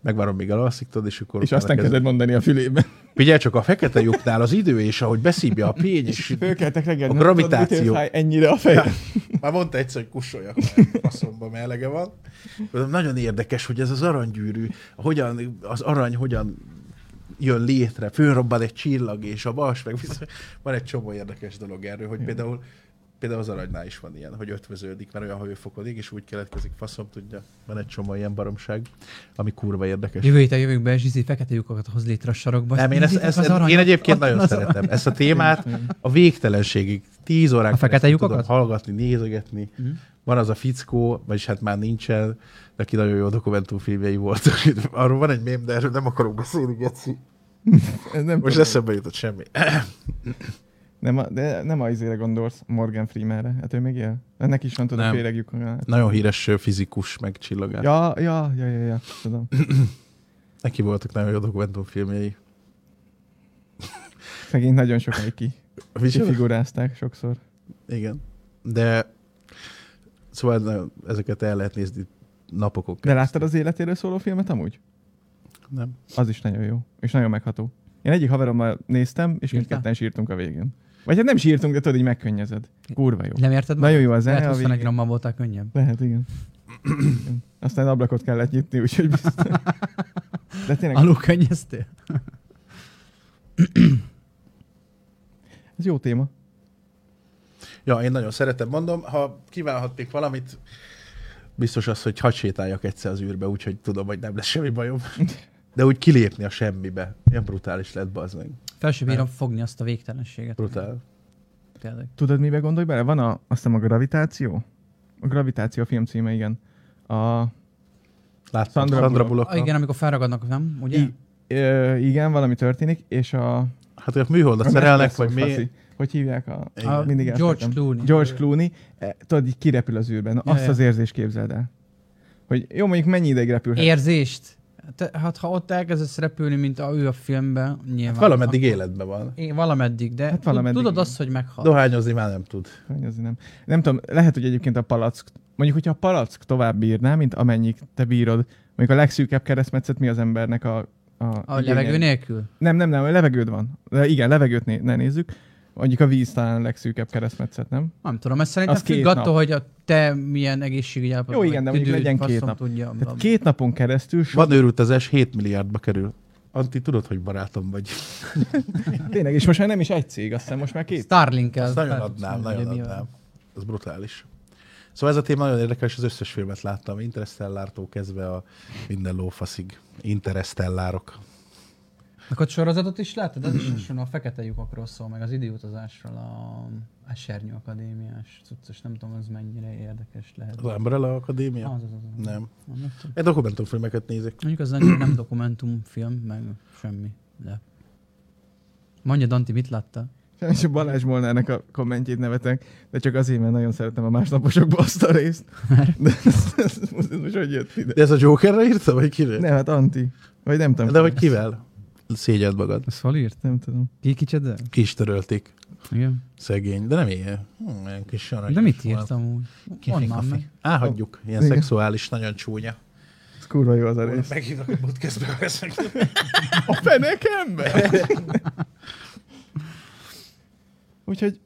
megvárom, még elalszik, tudod, és akkor...
És aztán kezded mondani a fülében.
Figyelj csak, a fekete lyuknál az idő, és ahogy beszívja a
(laughs)
pény, és
Fölkeltek reggel,
A
nem tudod, mitől
gravitáció.
fáj ennyire a fej.
(laughs) Már mondta egyszer, hogy kussoljak, mert faszomba melege van. Mondom, Nagyon érdekes, hogy ez az aranygyűrű, hogyan, az arany hogyan jön létre, fölrobban egy csillag, és a vas, meg vissza. Van egy csomó érdekes dolog erről, hogy például, például az aranynál is van ilyen, hogy ötvöződik, mert olyan hőfokodik, és úgy keletkezik, faszom tudja. Van egy csomó ilyen baromság, ami kurva érdekes.
Jövő héten jövök be, Zsizi fekete lyukakat hoz létre a sarokba.
Nem, én, ezt,
Nézzétek
ezt,
az aranyat,
én
ott
egyébként
van
nagyon
az arany.
szeretem ezt a témát a végtelenségig, tíz órán
A fekete
keresztül
lyukakat? Mhm.
tudom hallgatni, nézegetni. Van az a fickó, vagyis hát már nincsen, neki nagyon jó dokumentumfilmjei voltak. (laughs) Arról van egy mém, de erről nem akarok beszélni, Geci.
Ez nem,
Most
Most
eszembe jutott semmi.
nem, a- de nem azért gondolsz Morgan Freemanre, hát ő még él. Ennek is van tudod
Nem.
féregjük.
Nagyon híres ö, fizikus, meg csillagász. Ja.
Ja, ja, ja, ja, ja, tudom.
Neki voltak nagyon jó dokumentumfilmjei.
Megint nagyon sokáig ki.
Micsoda?
Kifigurázták sokszor.
Igen. De szóval nagyon- ezeket el lehet nézni napokon
De láttad az életéről szóló filmet amúgy?
Nem.
Az is nagyon jó, és nagyon megható. Én egyik haverommal néztem, és
Írtál?
mindketten sírtunk a végén. Vagy hát nem sírtunk, de tudod, így megkönnyezed. Kurva jó.
Nem érted?
Nagyon jó a zene
Lehet
a
21
végén.
grammal voltál könnyebb.
Lehet, igen. Igen. Aztán ablakot kellett nyitni, úgyhogy biztos. De tényleg,
Alul könnyeztél?
ez jó téma.
Ja, én nagyon szeretem, mondom, ha kívánhatnék valamit, biztos az, hogy hadd sétáljak egyszer az űrbe, úgyhogy tudom, hogy nem lesz semmi bajom. De úgy kilépni a semmibe. Ilyen brutális lett, bazd meg.
Fel sem bírom fogni azt a végtelenséget.
Brutál.
Tényleg.
Tudod, mibe gondolj bele? Van a, azt hiszem a gravitáció? A gravitáció a film címe, igen. A,
Láttam
Sandra
Sandra, Sandra
Bullock.
Ah,
Bullock.
igen, amikor felragadnak, nem? Ugye?
I- ö, igen, valami történik, és a...
Hát ők műholdat
a
szerelnek,
Nestor
vagy mi?
faszi. Hogy hívják a...
Igen.
a
mindig
George
elfelejtem.
Clooney.
George Clooney, eh, tudod, így kirepül az űrben. Na,
Ja,
azt
ja.
az érzést képzeld el. Hogy jó, mondjuk mennyi ideig repülhet?
Érzést. Te, hát ha ott elkezdesz repülni, mint a, ő a filmben, nyilván.
Valameddig
akkor-
életben van.
É, valameddig, de
Hát
hát
valameddig,
valameddig tudod
igen.
azt, hogy meghal.
Dohányozni már nem tud.
Környezni nem. Nem tudom, lehet, hogy egyébként a palack, mondjuk, hogyha a palack tovább bírná, mint amennyik te bírod, mondjuk a legszűkebb keresztmetszet mi az embernek a... A,
a
igénye?
levegő nélkül.
Nem, nem, nem, a levegőd van. De igen, levegőt né- ne nézzük. Mondjuk a víz talán a legszűkebb keresztmetszet, nem?
Nem tudom, ez szerintem
Az két
függ
nap.
attól, hogy a te milyen egészségügyi állapotban
Jó,
vagy,
igen, de mondjuk
tüdőd,
legyen
faszom
két nap.
Tudja,
Tehát két napon keresztül so-
Van őrült az S, 7 milliárdba kerül. Anti, tudod, hogy barátom vagy.
Tényleg, és most már nem is egy cég, azt hiszem most már két.
Starlink-el.
Ezt nagyon
fel-
adnám,
ugye
nagyon
mi van.
adnám. Az brutális. Szóval ez a téma nagyon érdekes, az összes filmet láttam, Interstellártól kezdve a minden lófaszig. Interstellárok.
Akkor sorozatot is láttad? Ez is hasonló a fekete lyukakról szól, meg az időutazásról a Esernyő Akadémiás cuccos, nem tudom, ez mennyire érdekes lehet.
Az Umbrella Akadémia?
Az, az, az, az.
Nem.
Nem, nem tudom.
Egy dokumentumfilmeket nézek.
Mondjuk az annyira nem dokumentumfilm, meg semmi, de... Mondja, Danti, mit látta?
És a Balázs Molnárnak a kommentjét nevetek, de csak azért, mert nagyon szeretem a másnaposokba azt a részt. De ez, ez, ez most hogy jött ide?
De ez a Jokerre írta, vagy kire?
Nem, hát Anti. Vagy nem tudom.
De hogy kivel? Szégyeld magad.
Ezt felírt?
Nem tudom.
Ki kicsit, de?
Ki is törölték.
Igen.
Szegény. De nem ilyen. Hm, ilyen kis aranyos
De mit
volt.
írtam úgy?
Kifik
Onnan
kafik.
meg.
Áhagyjuk. Ilyen
Igen.
szexuális, nagyon csúnya.
Ez kurva jó az a rész.
Meghívnak a podcastbe, ha ezek.
A fenekembe! Úgyhogy,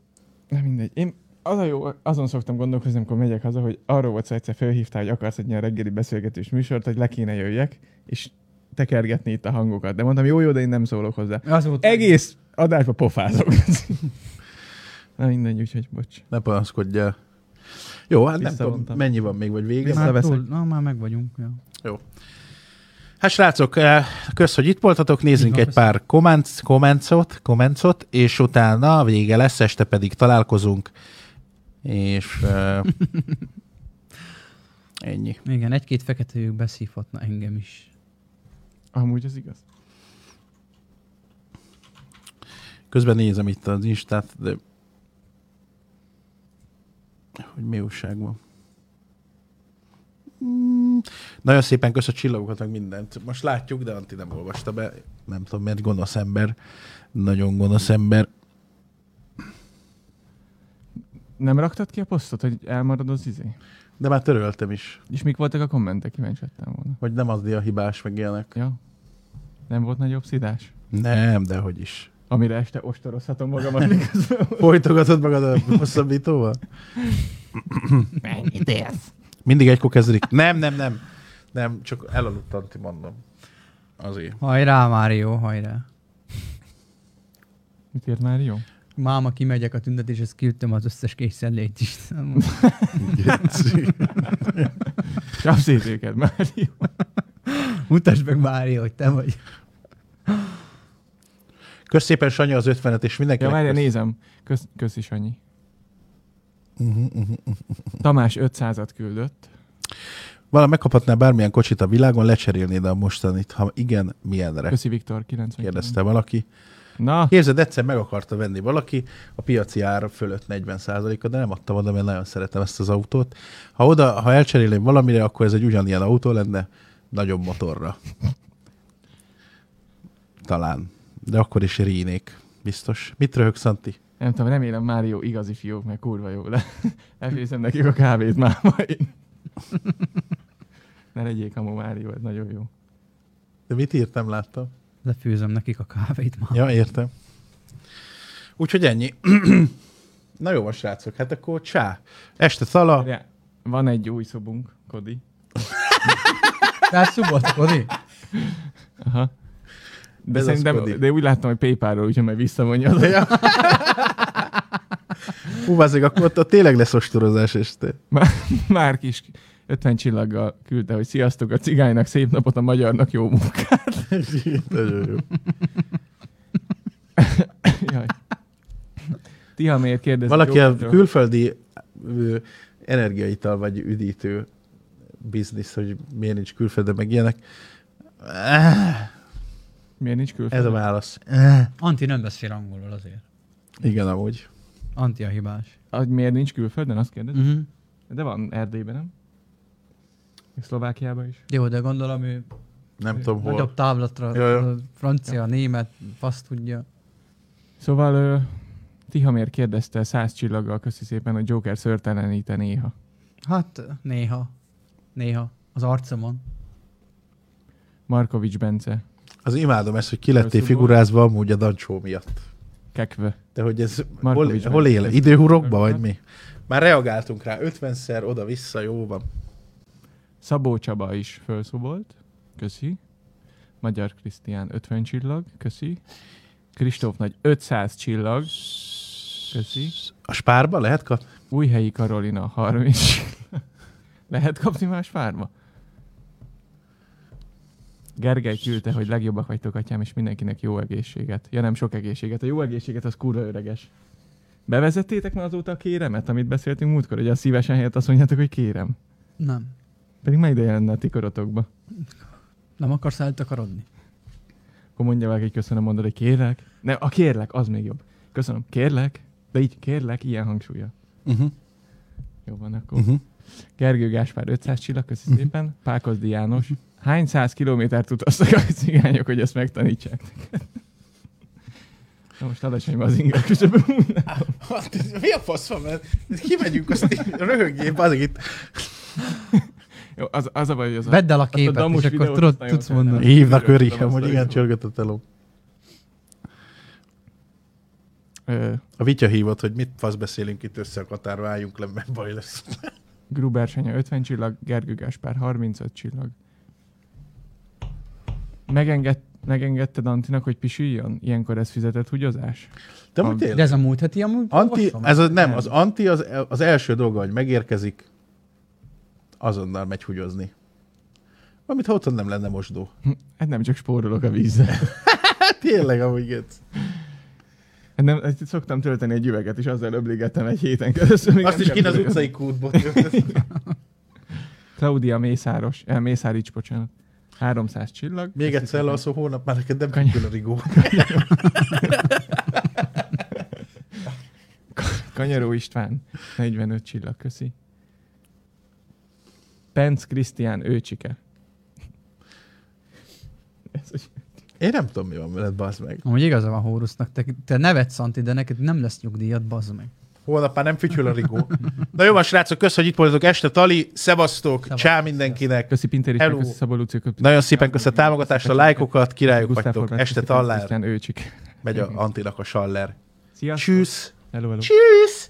nem mindegy. Én az a jó, azon szoktam gondolkozni, amikor megyek haza, hogy arról volt szó, egyszer felhívtál, hogy akarsz egy ilyen reggeli beszélgetős műsort, hogy le kéne jöjjek, és tekergetni itt a hangokat. De mondtam, jó, jó, de én nem szólok hozzá.
Az volt
Egész adásba pofázok. Na mindegy, úgyhogy bocs.
Ne panaszkodjál. Jó, hát nem tudom,
Visszavontam.
mennyi van még, vagy
Már
vége.
Visszaveszek.
túl, na, már meg vagyunk. Ja.
Hát srácok, eh, kösz, hogy itt voltatok, nézzünk
Így van,
egy pár kommenc, kommencot, kommencot, és utána vége lesz, este pedig találkozunk, és
(laughs)
eh, ennyi.
Igen, egy-két fekete lyuk beszívhatna engem is.
Amúgy az igaz.
Közben nézem itt az Instát, de hogy mi újság van. Mm, Nagyon szépen kösz a csillagokat, meg mindent. Most látjuk, de Anti nem olvasta be. Nem tudom, miért gonosz ember. Nagyon gonosz ember.
Nem raktad ki a posztot, hogy elmarad az izé?
De már töröltem is,
És mik voltak a kommentek? Kíváncsi lettem volna.
hogy nem az a hibás, meg ilyenek.
Ja? Nem volt nagyobb szidás?
Nem, de hogy is.
Amire este ostorozhatom magamat, (laughs) miközben
Folytogatod magad a hosszabbítóval?
Mennyit érsz?
Mindig egykor kezdődik. Nem, nem, nem. Nem, csak elaludt Anti, mondom. Azért.
Hajrá, Mário, hajrá.
Mit írt már jó?
Máma, kimegyek a tüntetéshez, kiütöm az összes készenlét (laughs) is.
Csak szétőket már jó.
Mutasd meg, Mário, hogy te vagy.
Kösz szépen, Sanya, az 50-et, és
Ja,
mindenkinek
várja,
kösz.
nézem. Kösz, kösz is annyi.
Mhm,
Tamás 500-at küldött.
Valami megkaphatnál bármilyen kocsit a világon, lecserélnéd a mostanit, ha igen, milyenre?
Köszi Viktor 90.
kérdezte valaki.
Na,
Képzeld, egyszer meg akarta venni valaki a piaci ár fölött 40%-a, de nem adtam oda, mert nagyon szeretem ezt az autót. Ha oda, ha elcserélném valamire, akkor ez egy ugyanilyen autó lenne, nagyobb motorra. Talán. De akkor is rínék. Biztos. Mit röhög, Szanti?
nem tudom, remélem Mário igazi fiók, (laughs)
(laughs)
mert kurva jó le. Elfőzem nekik a kávét már majd. Ne legyék a Mário, ez nagyon jó.
De mit írtam, láttam?
Lefőzöm nekik a kávét már.
Ja, értem. Úgyhogy ennyi. (clears throat) Na jó, van, srácok, hát akkor csá. Este szala.
De van egy új szobunk, Kodi.
Tehát szubatkodik.
Aha. De,
Ez az
szerintem,
Kodi.
de úgy láttam, hogy PayPal-ról, úgyhogy majd visszavonja az
Ja. Hú, azért, akkor ott, ott tényleg lesz ostorozás este.
Már, már kis 50 csillaggal küldte, hogy sziasztok a cigánynak, szép napot a magyarnak, jó munkát.
Nagyon jó.
Jaj. Tiha miért kérdezi?
Valaki a
Robertről?
külföldi ö, energiaital vagy üdítő biznisz, hogy miért nincs külföldön, meg ilyenek. Áh,
Miért nincs
Ez
külföldön?
a válasz. Áh.
Anti nem beszél angolul azért.
Igen, amúgy.
Anti a hibás.
Hogy miért nincs külföldön, azt kérdezi?
Uh-huh.
De van Erdélyben, nem? Mm. És Szlovákiában is.
Jó, de gondolom ő
Nem tudom, hol.
nagyobb távlatra,
Ja, ja.
francia, német, azt tudja.
Szóval ö, Tiha miért kérdezte száz csillaggal, köszi szépen, hogy Joker szörteleníteni néha.
Hát néha, néha, az arcomon.
Markovics Bence,
Az imádom ezt, hogy ki lettél
Rosszul
figurázva amúgy a dancsó miatt.
kekve.
De hogy ez hol,
Markovics
hol
Bence.
él? Időhurokba vagy
Aha.
mi? Már reagáltunk rá 50-szer, oda-vissza, jó van.
Szabó Csaba is felszobolt, köszi. Magyar Krisztián 50 csillag, köszi. Kristóf Nagy 500 csillag, köszi.
A spárba lehet kapni?
Újhelyi Karolina 30 csillag. Lehet kapni más párma? Gergely küldte, hogy legjobbak vagytok, atyám, és mindenkinek jó egészséget. Ja nem, sok egészséget. A jó egészséget az kurva öreges. Bevezettétek már azóta a kéremet, amit beszéltünk múltkor, hogy a szívesen helyett azt mondjátok, hogy kérem.
Nem.
Pedig meg ide jelenne a ti korotokba.
Nem akarsz eltakarodni?
Akkor mondja meg egy köszönöm, mondod, hogy kérlek. Ne, a kérlek, az még jobb. Köszönöm, kérlek, de így kérlek, ilyen hangsúlya.
Uh-huh.
Jó van, akkor.
Uh-huh.
Gergő Gáspár 500 csillag, köszi szépen. Pákozdi János. Hány száz kilométert utaztak a cigányok, hogy ezt megtanítsák neked? Na most adassaim az inger küszöbön.
Hát, (laughs) mi a fasz van? Mert kimegyünk, azt így röhögjél, az itt.
Jó, az, az a baj, hogy az a...
Vedd el a
a
képet,
damus
és akkor
videót
tudod,
aztán jól
tudsz
kell
mondani.
tenni.
Hívnak
Tudom,
örichem,
azt
hogy
a
igen,
jó.
csörgött a teló.
Ö,
A vitya hívott, hogy mit fasz beszélünk itt össze a katár, váljunk le, mert baj lesz.
Gruber Sanya 50 csillag, Gergő Gáspár 35 csillag. Megenged, megengedted Antinak, hogy pisüljön? Ilyenkor ez fizetett húgyozás?
De
Am-
amúgy
De
tényleg.
ez a múlt heti amúgy
Anti,
olvasom.
ez a, nem,
Nem.
az anti az, az első dolga, hogy megérkezik, azonnal megy húgyozni. Amit ha otthon nem lenne mosdó. (laughs)
Hát nem csak spórolok a vízzel.
Hát tényleg, amúgy itt.
Hát nem, hát szoktam tölteni egy üveget, és azzal öbligettem egy héten keresztül. míg
Azt
nem
is
kell
kín az
tölteni.
utcai (laughs) kútból.
Claudia Mészáros, eh, Mészárics, bocsánat. 300 csillag.
Még
Köszi
egyszer
szépen.
lealszol, holnap már neked nem
Kanyar.
kell a rigó.
Kanyaró István, 45 csillag, köszi. Penc Krisztián Őcsike. Ez, hogy
Én nem tudom, mi van veled, bazd meg.
Amúgy igaza van Hórusznak, te, te nevetsz, Anti, de neked nem lesz nyugdíjat, bazd meg.
Holnap már nem fütyül a rigó. Na jó van, srácok, kösz, hogy itt voltatok este. Tali, szevasztok,
Szevasz.
csá mindenkinek.
Köszi Pintér is,
Hello.
köszi Szabó Luci, köszi
Nagyon szépen kösz a támogatást, a lájkokat, királyok
Gusztáv
vagytok.
Horváth,
Este
köszi Penc
tallár,
Krisztián Őcsike.
megy a Antinak a saller.
Sziasztok.
Tschüss!
Hello, hello.
Tschüss!